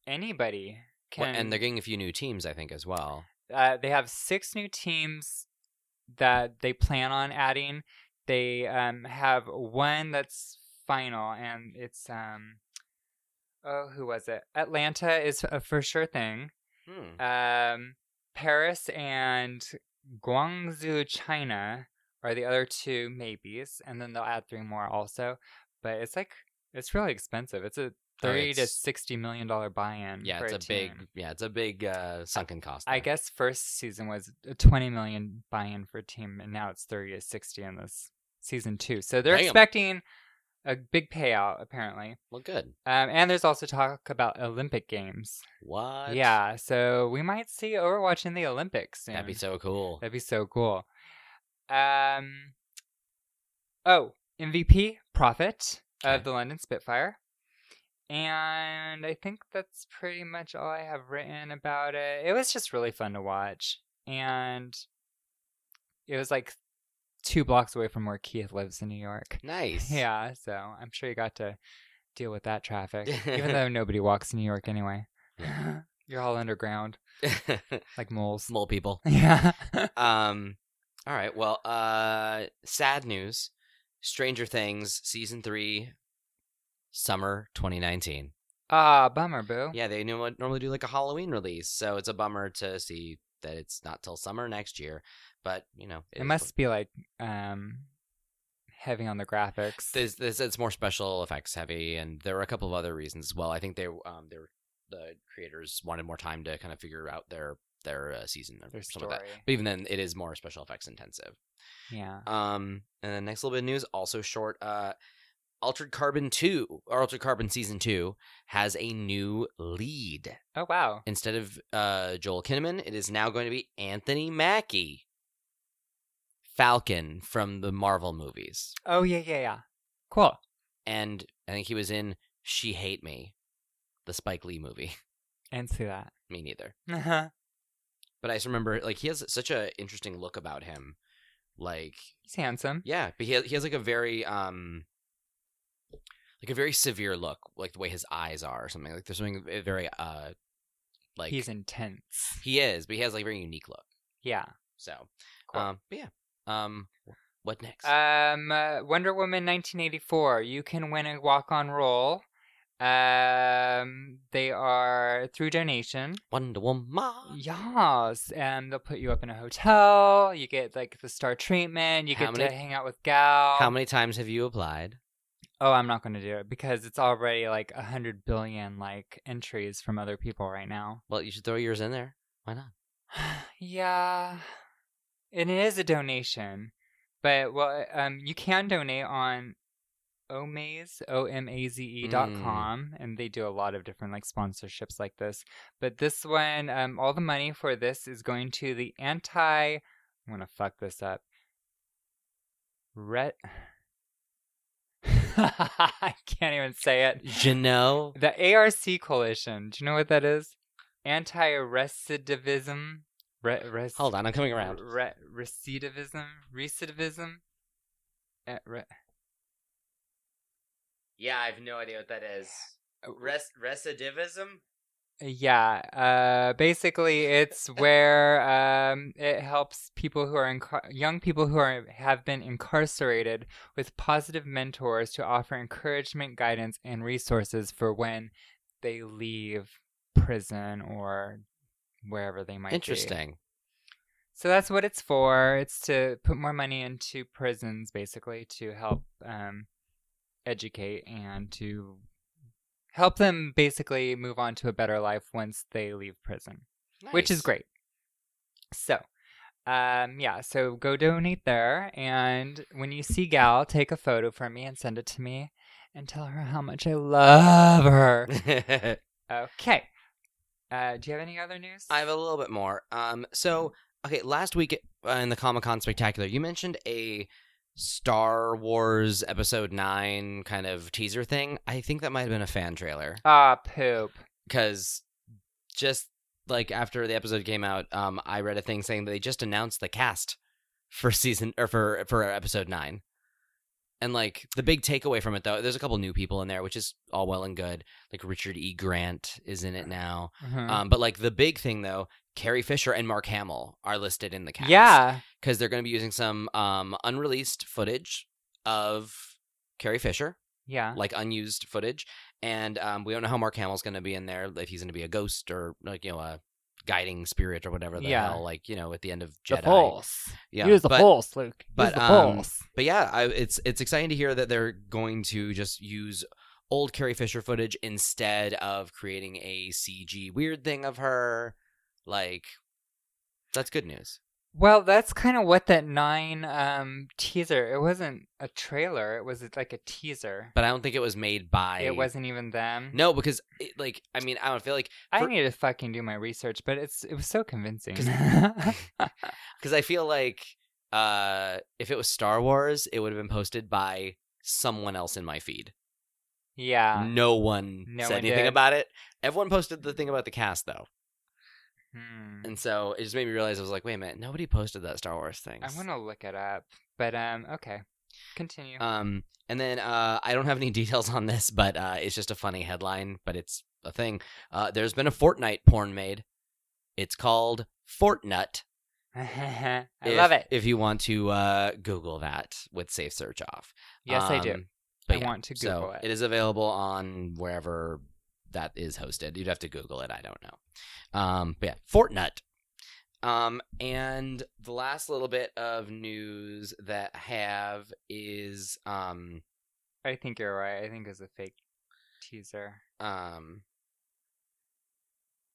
A: anybody
B: Well,
A: can.
B: and they're getting a few new teams i think as well
A: uh, they have six new teams that they plan on adding. They um, have one that's final, and it's um, oh, who was it? Atlanta is a for sure thing.
B: Hmm.
A: Um, Paris and Guangzhou, China are the other two maybes, and then they'll add three more also. But it's like it's really expensive. It's a thirty to
B: Oh, it's-
A: sixty million dollar buy-in.
B: yeah
A: for
B: it's a, big
A: team.
B: yeah it's a big uh sunken cost
A: I
B: there.
A: guess first season was a twenty million buy-in for a team, and now it's thirty to sixty in this season two. So they're
B: Damn.
A: expecting a big payout apparently.
B: well good
A: Um, and there's also talk about Olympic games.
B: what
A: Yeah, so we might see Overwatch in the Olympics soon.
B: that'd be so cool
A: That'd be so cool. Um. Oh, MVP Profit
B: Okay.
A: of the London Spitfire. And I think that's pretty much all I have written about it. It was just really fun to watch. And it was like two blocks away from where Keith lives in New York.
B: Nice.
A: Yeah, so I'm sure you got to deal with that traffic, even though nobody walks in New York anyway. You're all underground, like moles.
B: Small people.
A: Yeah.
B: Um, all right. Well, uh, sad news. Stranger Things season three, summer 2019.
A: Ah, bummer, boo.
B: Yeah, they nu- normally do like a Halloween release, so it's a bummer to see that it's not till summer next year. But you know,
A: It must be like um heavy on the graphics.
B: There's, there's, it's more special effects heavy, and there were a couple of other reasons as well. I think they, um, they were, the creators wanted more time to kind of figure out their their uh, season or
A: Their
B: something
A: story.
B: like that. But even then, it is more special effects intensive.
A: yeah.
B: Um, and the next little bit of news, also short. Uh, Altered Carbon Two or Altered Carbon Season Two has a new lead.
A: Oh wow.
B: Instead of uh, Joel Kinnaman, it is now going to be Anthony Mackie, Falcon from the Marvel movies,
A: Oh yeah, yeah, yeah. Cool.
B: and I think he was in She Hate Me, the Spike Lee movie.
A: And see that.
B: Me neither.
A: Uh-huh.
B: But I just remember like he has such a interesting look about him, like
A: He's handsome.
B: Yeah, but he has, he has like a very um like a very severe look, like the way his eyes are or something. Like there's something ve- very uh like
A: He's intense.
B: he is, but he has like a very unique look.
A: Yeah.
B: So,
A: Cool.
B: um but yeah. Um what next?
A: Um, uh, Wonder Woman 1984. You can win a walk on roll. Um, they are through donation.
B: Wonder Woman.
A: Yes, and they'll put you up in a hotel. You get like the star treatment. You
B: How
A: get to
B: many-
A: hang out with Gal.
B: How many times have you applied?
A: Oh, I'm not going to do it because it's already like a hundred billion like entries from other people right now.
B: Well, you should throw yours in there. Why not?
A: yeah, and it is a donation, but well, um, you can donate on omaze o m a z e dot
B: Mm.
A: com, and they do a lot of different like sponsorships like this. But this one, um, all the money for this is going to the anti. I'm gonna fuck this up. Ret. I can't even say it.
B: You know?
A: The ARC coalition. Do you know what that is? Anti recidivism. Re- rec-
B: Hold on, I'm coming around.
A: Re- recidivism. Recidivism. Eh, re-
B: Yeah, I have no idea what that is. Res- recidivism?
A: yeah. Uh, basically, it's where um, it helps people who are incar- young people who are have been incarcerated with positive mentors to offer encouragement, guidance, and resources for when they leave prison or wherever they might be.
B: Interesting.
A: So that's what it's for. It's to put more money into prisons, basically, to help um, educate and to help them basically move on to a better life once they leave prison, which is
B: Nice.
A: great. So, um, yeah, so go donate there. And when you see Gal, take a photo for me and send it to me and tell her how much I love her. okay. Uh, do you have any other news?
B: I have a little bit more. Um, so okay, last week uh, in the Comic Con Spectacular, you mentioned a Star Wars Episode Nine kind of teaser thing. I think that might have been a fan trailer
A: Ah, poop.
B: because just like after the episode came out, um, I read a thing saying that they just announced the cast for season or for for Episode Nine. And like the big takeaway from it though, there's a couple new people in there, which is all well and good. Like Richard E. Grant is in it now.
A: Mhm.
B: Um, but like the big thing though, Carrie Fisher and Mark Hamill are listed in the cast.
A: yeah.
B: because they're going to be using some um unreleased footage of Carrie Fisher,
A: Yeah.
B: like unused footage, and um, we don't know how Mark Hamill's going to be in there. If he's going to be a ghost or like you know a guiding spirit or whatever the
A: Yeah.
B: hell, like you know at the end of
A: The
B: Jedi.
A: Force.
B: Yeah,
A: Use the
B: but-
A: Force, Luke. Use
B: but,
A: the
B: um,
A: Force.
B: But yeah, I, it's it's exciting to hear that they're going to just use old Carrie Fisher footage instead of creating a CG weird thing of her. Like, that's good news.
A: Well, that's kind of what that nine um teaser. It wasn't a trailer. It was like a teaser.
B: But I don't think it was made by.
A: it wasn't even them.
B: No, because it, like I mean I don't feel like
A: I
B: for-
A: need to fucking do my research, but it's it was so convincing.
B: 'Cause- because I feel like uh if it was Star Wars, it would have been posted by someone else in my feed.
A: Yeah.
B: no one
A: Ah. no
B: said
A: one
B: anything
A: did.
B: about it. Everyone posted the thing about the cast though,
A: Hmm.
B: and so it just made me realize I was like, wait a minute, nobody posted that Star Wars thing.
A: I want to look it up, but um, okay, continue.
B: Um, and then uh, I don't have any details on this, but uh, it's just a funny headline, but it's a thing. Uh, there's been a Fortnite porn made. It's called Fortnut.
A: I
B: if-
A: love it.
B: If you want to uh, Google that with safe search off.
A: Yes, I do.
B: Um,
A: I
B: but yeah,
A: want to
B: so
A: Google
B: It
A: it.
B: is available on wherever that is hosted. You'd have to Google it. I don't know. Um, but yeah, Fortnite. Um, and the last little bit of news that I have is um,
A: I think you're right. I think it's a fake teaser.
B: um,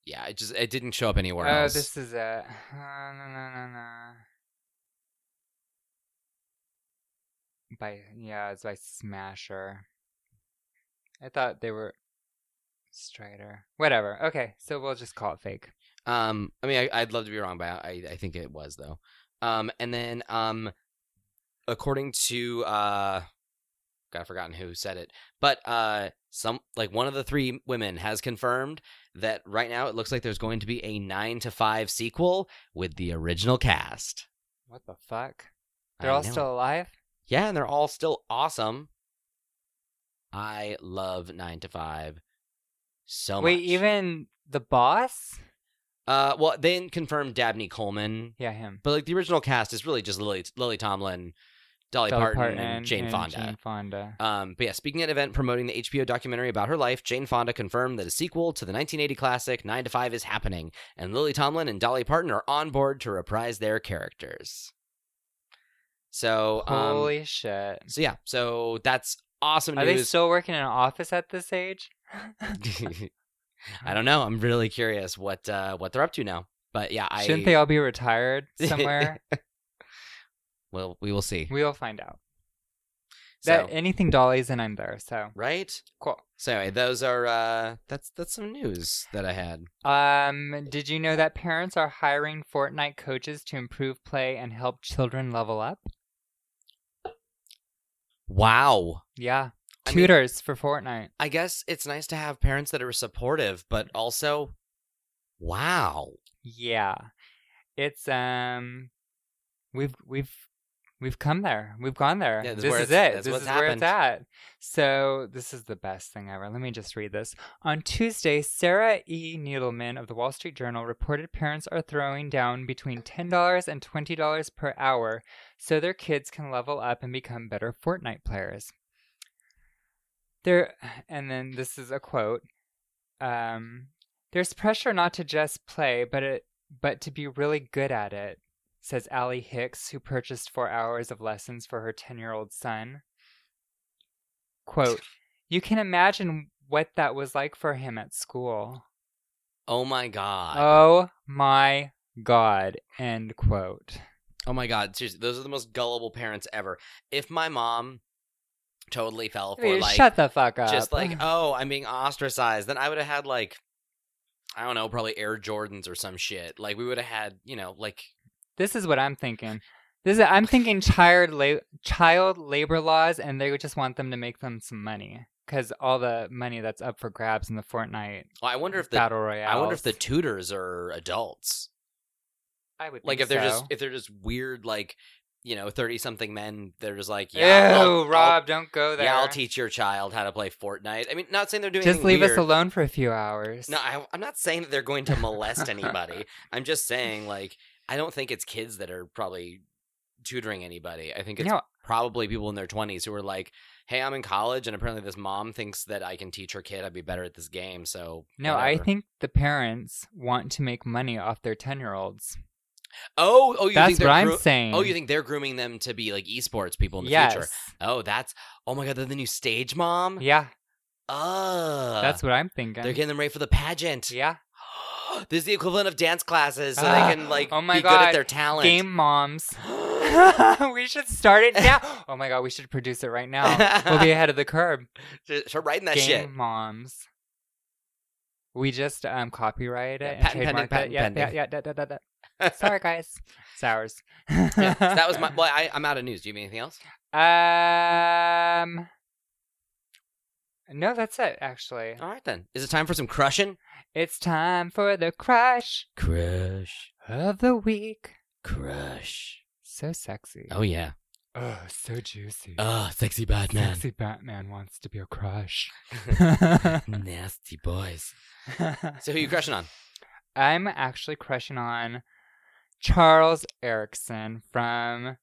B: yeah, it just it didn't show up anywhere
A: oh,
B: else.
A: this is a uh, no no no no. By yeah, it's by Smasher. I thought they were Strider. Whatever. Okay, so we'll just call it fake.
B: Um, I mean, I, I'd love to be wrong, but I, I think it was though. Um, and then um, according to uh, God, I've forgotten who said it, but uh, some like one of the three women has confirmed that right now it looks like there's going to be a nine to five sequel with the original cast.
A: What the fuck?
B: I
A: They're all
B: know.
A: still alive.
B: yeah, and they're all still awesome. I love nine to five so
A: Wait,
B: much.
A: even the boss?
B: uh, well, they didn't confirm Dabney Coleman
A: Yeah, him.
B: But like the original cast is really just Lily Lily Tomlin, Dolly,
A: Dolly
B: Parton, and Jane Fonda.
A: Jane Fonda.
B: Um, but yeah, speaking at an event promoting the HBO documentary about her life, Jane Fonda confirmed that a sequel to the 1980 classic Nine to Five is happening, and Lily Tomlin and Dolly Parton are on board to reprise their characters. So, um,
A: Holy shit.
B: so yeah, so that's awesome
A: Are they
B: news.
A: still working in an office at this age? Mm-hmm.
B: I don't know. I'm really curious what uh, what they're up to now. But yeah, I
A: Shouldn't they all be retired somewhere?
B: well, we will see.
A: we'll find out.
B: So,
A: That anything Dolly's and I'm there, so
B: right?
A: cool.
B: So anyway, those are uh that's that's some news that I had.
A: Um, did you know that parents are hiring Fortnite coaches to improve play and help children level up?
B: Wow.
A: Yeah,
B: I mean-
A: tutors for Fortnite.
B: I guess it's nice to have parents that are supportive, but also wow.
A: Yeah, it's um, we've we've we've come there. We've gone there.
B: Yeah, this is
A: this
B: where
A: is
B: it's-
A: it.
B: that's
A: This
B: what's
A: is where it's at. So this is the best thing ever. Let me just read this. On Tuesday, Sarah E. Needleman of the Wall Street Journal reported parents are throwing down between ten dollars and twenty dollars per hour so their kids can level up and become better Fortnite players. There, and then this is a quote. Um, there's pressure not to just play, but it, but to be really good at it, says Allie Hicks, who purchased four hours of lessons for her ten-year-old son. Quote: You can imagine what that was like for him at school.
B: Oh my god.
A: Oh my god! End quote.
B: oh my god. Seriously, those are the most gullible parents ever. If my mom totally fell for
A: Dude,
B: like
A: shut the fuck up.
B: just like, oh, I'm being ostracized, then I would have had like I don't know, probably Air Jordans or some shit. Like we would have had, you know, like
A: This is what I'm thinking. This is I'm thinking child la- child labor laws, and they would just want them to make them some money because all the money that's up for grabs in the Fortnite
B: well, I wonder if the
A: battle royale.
B: I wonder if the tutors are adults.
A: I would
B: Like
A: think
B: if they're just
A: so.
B: if they're just weird like you know thirty something men. They're just like
A: Ew,
B: yeah, I'll- I'll-
A: Rob, don't go there.
B: yeah, I'll teach your child how to play Fortnite. I mean, not saying they're doing
A: Just
B: anything
A: leave us
B: weird.
A: alone for a few hours.
B: No, I, I'm not saying that they're going to molest anybody. I'm just saying like I don't think it's kids that are probably tutoring anybody. I think it's
A: no,
B: probably people in their 20s who are like, "Hey, I'm in college, and apparently this mom thinks that I can teach her kid. I'd be better at this game." So
A: no. I
B: whatever."
A: think the parents want to make money off their ten year olds.
B: Oh, oh, you
A: That's
B: think
A: what
B: they're
A: I'm
B: gro-
A: saying.
B: Oh, you think they're grooming them to be like esports people in the
A: yes.
B: future? Oh, that's oh my god, they're the new stage mom.
A: Yeah,
B: Oh,
A: that's what I'm thinking.
B: they're getting them ready for the pageant.
A: yeah,
B: this is the equivalent of dance classes, so
A: Ah,
B: they can like
A: oh my
B: be good at
A: God,
B: their talent.
A: game moms.
B: we'll
A: we should start it now. Oh my god, we should produce it right now. We'll be ahead of the curb.
B: start writing that
A: Game
B: shit.
A: moms. We just um copyrighted
B: Yeah,
A: it and
B: patent
A: trademarked
B: pending,
A: it. Yeah,
B: patent
A: yeah,
B: pending.
A: yeah, da, da, da, da. Sorry guys. It's ours.
B: Yeah, so that was my. Well, I, I'm out of news. Do you have anything else?
A: Um. No, that's it. Actually,
B: All right then. Is it time for some crushing?
A: it's time for the crush
B: Crush,
A: of the week.
B: crush.
A: So sexy.
B: Oh yeah.
A: Oh, so juicy.
B: Oh, sexy bad man.
A: Sexy Batman wants to be a crush.
B: Nasty boys. So who you crushing on?
A: I'm actually crushing on Charles Erickson from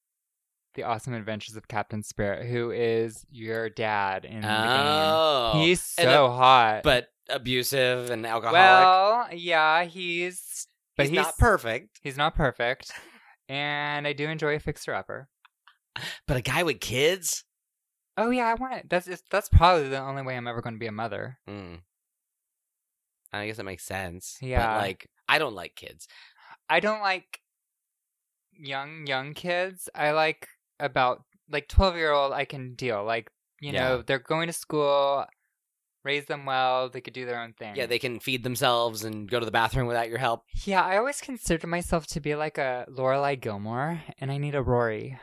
A: The Awesome Adventures of Captain Spirit, who is your dad in the
B: Oh,
A: game. Mm, He's so
B: And, uh,
A: hot.
B: but abusive and alcoholic.
A: well, yeah, he's but
B: he's, not perfect.
A: He's not perfect. And I do enjoy a fixer upper.
B: But a guy with kids.
A: Oh yeah, I want it. That's it's, that's probably the only way I'm ever going to be a mother.
B: Mm. I guess that makes sense.
A: Yeah.
B: But like, I don't like kids.
A: I don't like young young kids. I like about like 12 year old I can deal. Like, you
B: Yeah.
A: know, they're going to school, raise them well, they could do their own thing.
B: Yeah, they can feed themselves and go to the bathroom without your help.
A: Yeah, I always considered myself to be like a Lorelai Gilmore and I need a Rory.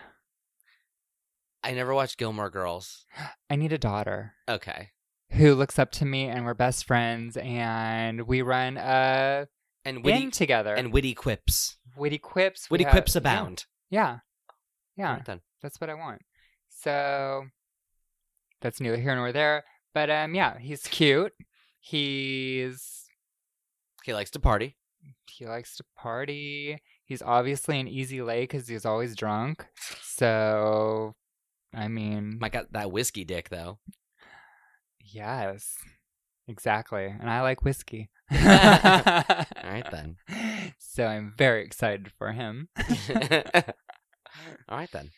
B: I never watched Gilmore Girls.
A: I need a daughter
B: Okay.
A: who looks up to me and we're best friends and we run a
B: And witty
A: win together.
B: and witty quips.
A: witty quips. we
B: Witty
A: have-
B: quips
A: yeah.
B: abound.
A: Yeah. Yeah.
B: Right then.
A: that's what I want. So that's neither here nor there. But um yeah, he's cute. He's
B: He likes to party.
A: he likes to party. He's obviously an easy lay because he's always drunk. So I mean
B: Mike got that whiskey dick though.
A: yes. Exactly. And I like whiskey.
B: All right then.
A: So I'm very excited for him.
B: All right then.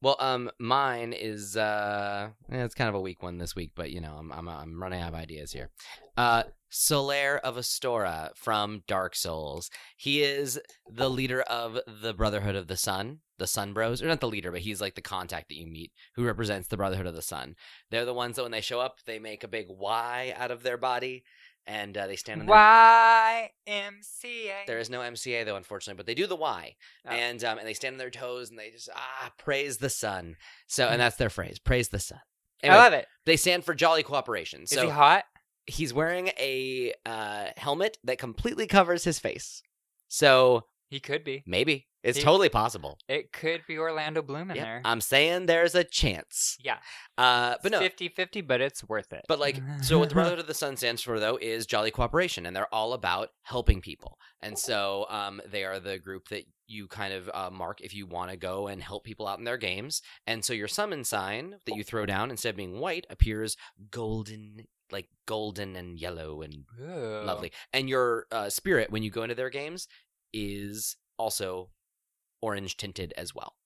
B: Well, um, mine is uh, eh, it's kind of a weak one this week, but you know, I'm I'm I'm running out of ideas here. Uh, Solaire of Astora from Dark Souls. He is the leader of the Brotherhood of the Sun, the Sun Bros, or not the leader, but he's like the contact that you meet who represents the Brotherhood of the Sun. They're the ones that when they show up, they make a big Y out of their body, and uh, they stand. in their-
A: Y M C A.
B: There is no MCA though, unfortunately, but they do the Y,
A: Oh.
B: and um, and they stand on their toes and they just ah praise the sun. So and that's their phrase, praise the sun.
A: Mm-hmm. I
B: Anyway,
A: love it.
B: they stand for jolly cooperation.
A: Is he
B: So
A: hot?
B: he's wearing a uh, helmet that completely covers his face. So
A: He could be.
B: maybe it's
A: He-
B: totally possible.
A: It could be Orlando Bloom in
B: Yep.
A: there.
B: I'm saying there's a chance.
A: Yeah.
B: Uh, but no,
A: 50 50, but it's worth it.
B: But like, so what the Brotherhood of the Sun stands for though is jolly cooperation, and they're all about helping people. And so um, they are the group that you kind of uh, mark if you want to go and help people out in their games. And so your summon sign that you throw down instead of being white appears golden, like golden and yellow and
A: Ooh.
B: lovely. And your uh, spirit when you go into their games is also orange tinted as well.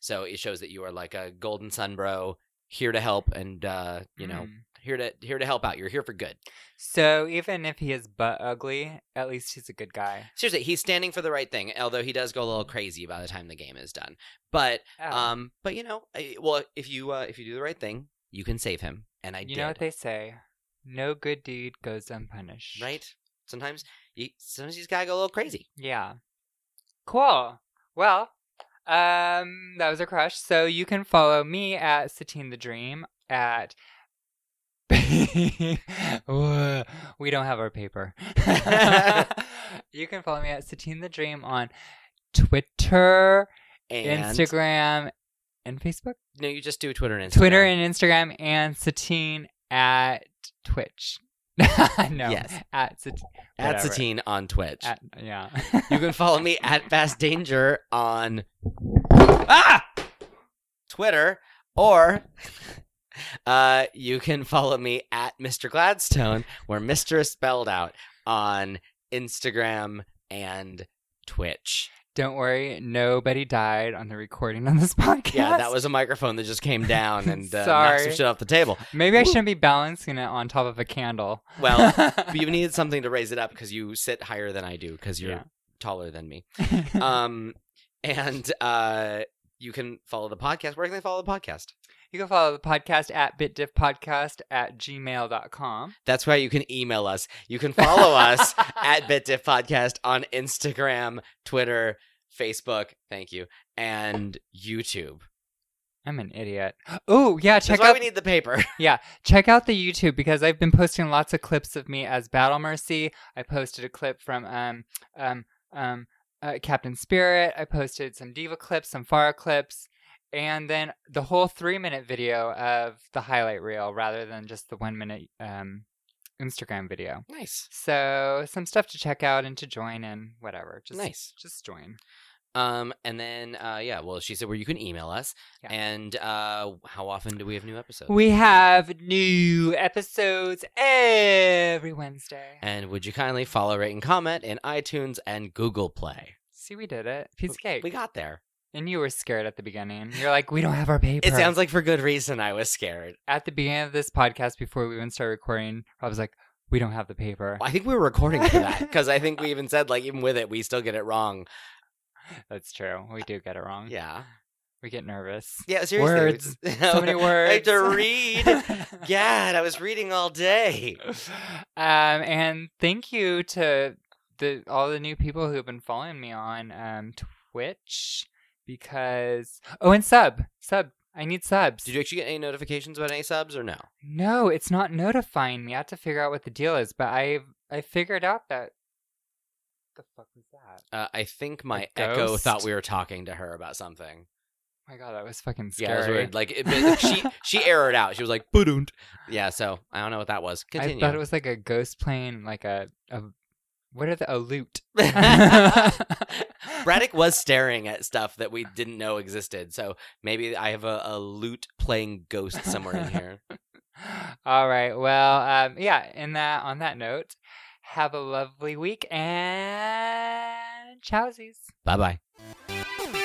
B: So it shows that you are like a golden sun bro here to help and uh, you know
A: Mm.
B: here to here to help out. You're here for good.
A: So even if he is butt ugly, at least he's a good guy.
B: Seriously, he's standing for the right thing, although he does go a little crazy by the time the game is done. But
A: Oh.
B: um, but you know, I, well, if you uh, if you do the right thing, you can save him. And I
A: you
B: did.
A: know what they say no good deed goes unpunished.
B: right? Sometimes you sometimes you just gotta go a little crazy.
A: Yeah. Cool. Well, um, that was a crush. So you can follow me at Satine the Dream at. Ugh, we don't have our paper. you can follow me at Satine the Dream on Twitter,
B: And
A: Instagram, and Facebook.
B: No, you just do Twitter and Instagram.
A: Twitter and Instagram, and Satine at Twitch. no,
B: Yes.
A: at Sat-
B: at
A: whatever.
B: Satine on Twitch.
A: at yeah.
B: you can follow me at Fast Danger on ah! Twitter, or uh, you can follow me at Mr. Gladstone, where Mr. is spelled out on Instagram and Twitch.
A: Don't worry, nobody died on the recording on this podcast.
B: Yeah, that was a microphone that just came down and uh, knocked some
A: Sorry.
B: shit off the table.
A: Maybe I shouldn't be balancing it on top of a candle.
B: Well, you needed something to raise it up because you sit higher than I do because you're
A: Yeah.
B: taller than me. um and uh you can follow the podcast where can they follow the podcast
A: you can follow the podcast at bitdiffpodcast at gmail.com.
B: that's why you can email us you can follow us at bitdiff podcast on instagram twitter facebook thank you and youtube
A: I'm an idiot. Oh yeah, check
B: That's why
A: out
B: we need the paper.
A: check out the YouTube because I've been posting lots of clips of me as Battle Mercy. I posted a clip from um um um uh, Captain Spirit. I posted some Diva clips, some Farah clips, and then the whole three minute video of the highlight reel rather than just the one minute um Instagram video.
B: nice.
A: So some stuff to check out and to join and whatever. Just
B: nice.
A: Just join.
B: Um, and then uh, yeah, well, she said where you can email us,
A: Yeah.
B: and uh, how often do we have new episodes?
A: We have new episodes every Wednesday.
B: and would you kindly follow, rate, and comment in iTunes and Google Play?
A: See, we did it. Piece of cake.
B: We got there.
A: And you were scared at the beginning. You're like, we don't have our paper.
B: It sounds like for good reason. I was scared.
A: at the beginning of this podcast before we even started recording. I was like, we don't have the paper.
B: I think we were recording for that because I think we even said like even with it we still get it wrong.
A: That's true. We do get it wrong.
B: Yeah.
A: we get nervous.
B: Yeah. Seriously.
A: Words. So many words.
B: I had to read. God, I was reading all day.
A: um, and thank you to the all the new people who have been following me on um Twitch because oh, and sub sub. I need subs.
B: Did you actually get any notifications about any subs or no?
A: No, it's not notifying me. I have to figure out what the deal is, but I I figured out that the fuck was that?
B: Uh, I think my
A: A
B: echo
A: ghost?
B: thought we were talking to her about
A: Oh
B: something.
A: my god, that was fucking scary.
B: Yeah, it was weird. Like it, but she she errored out. She was like, "Boodoomed." Yeah, so I don't know what that was. Continue.
A: I thought it was like a ghost playing like a a what are the a lute?
B: Braddock was staring at stuff that we didn't know existed. So maybe I have a, a lute playing ghost somewhere in here.
A: All right. Well, um, yeah. In that on that note, have a lovely week and chowsies.
B: Bye bye.
C: Thank you.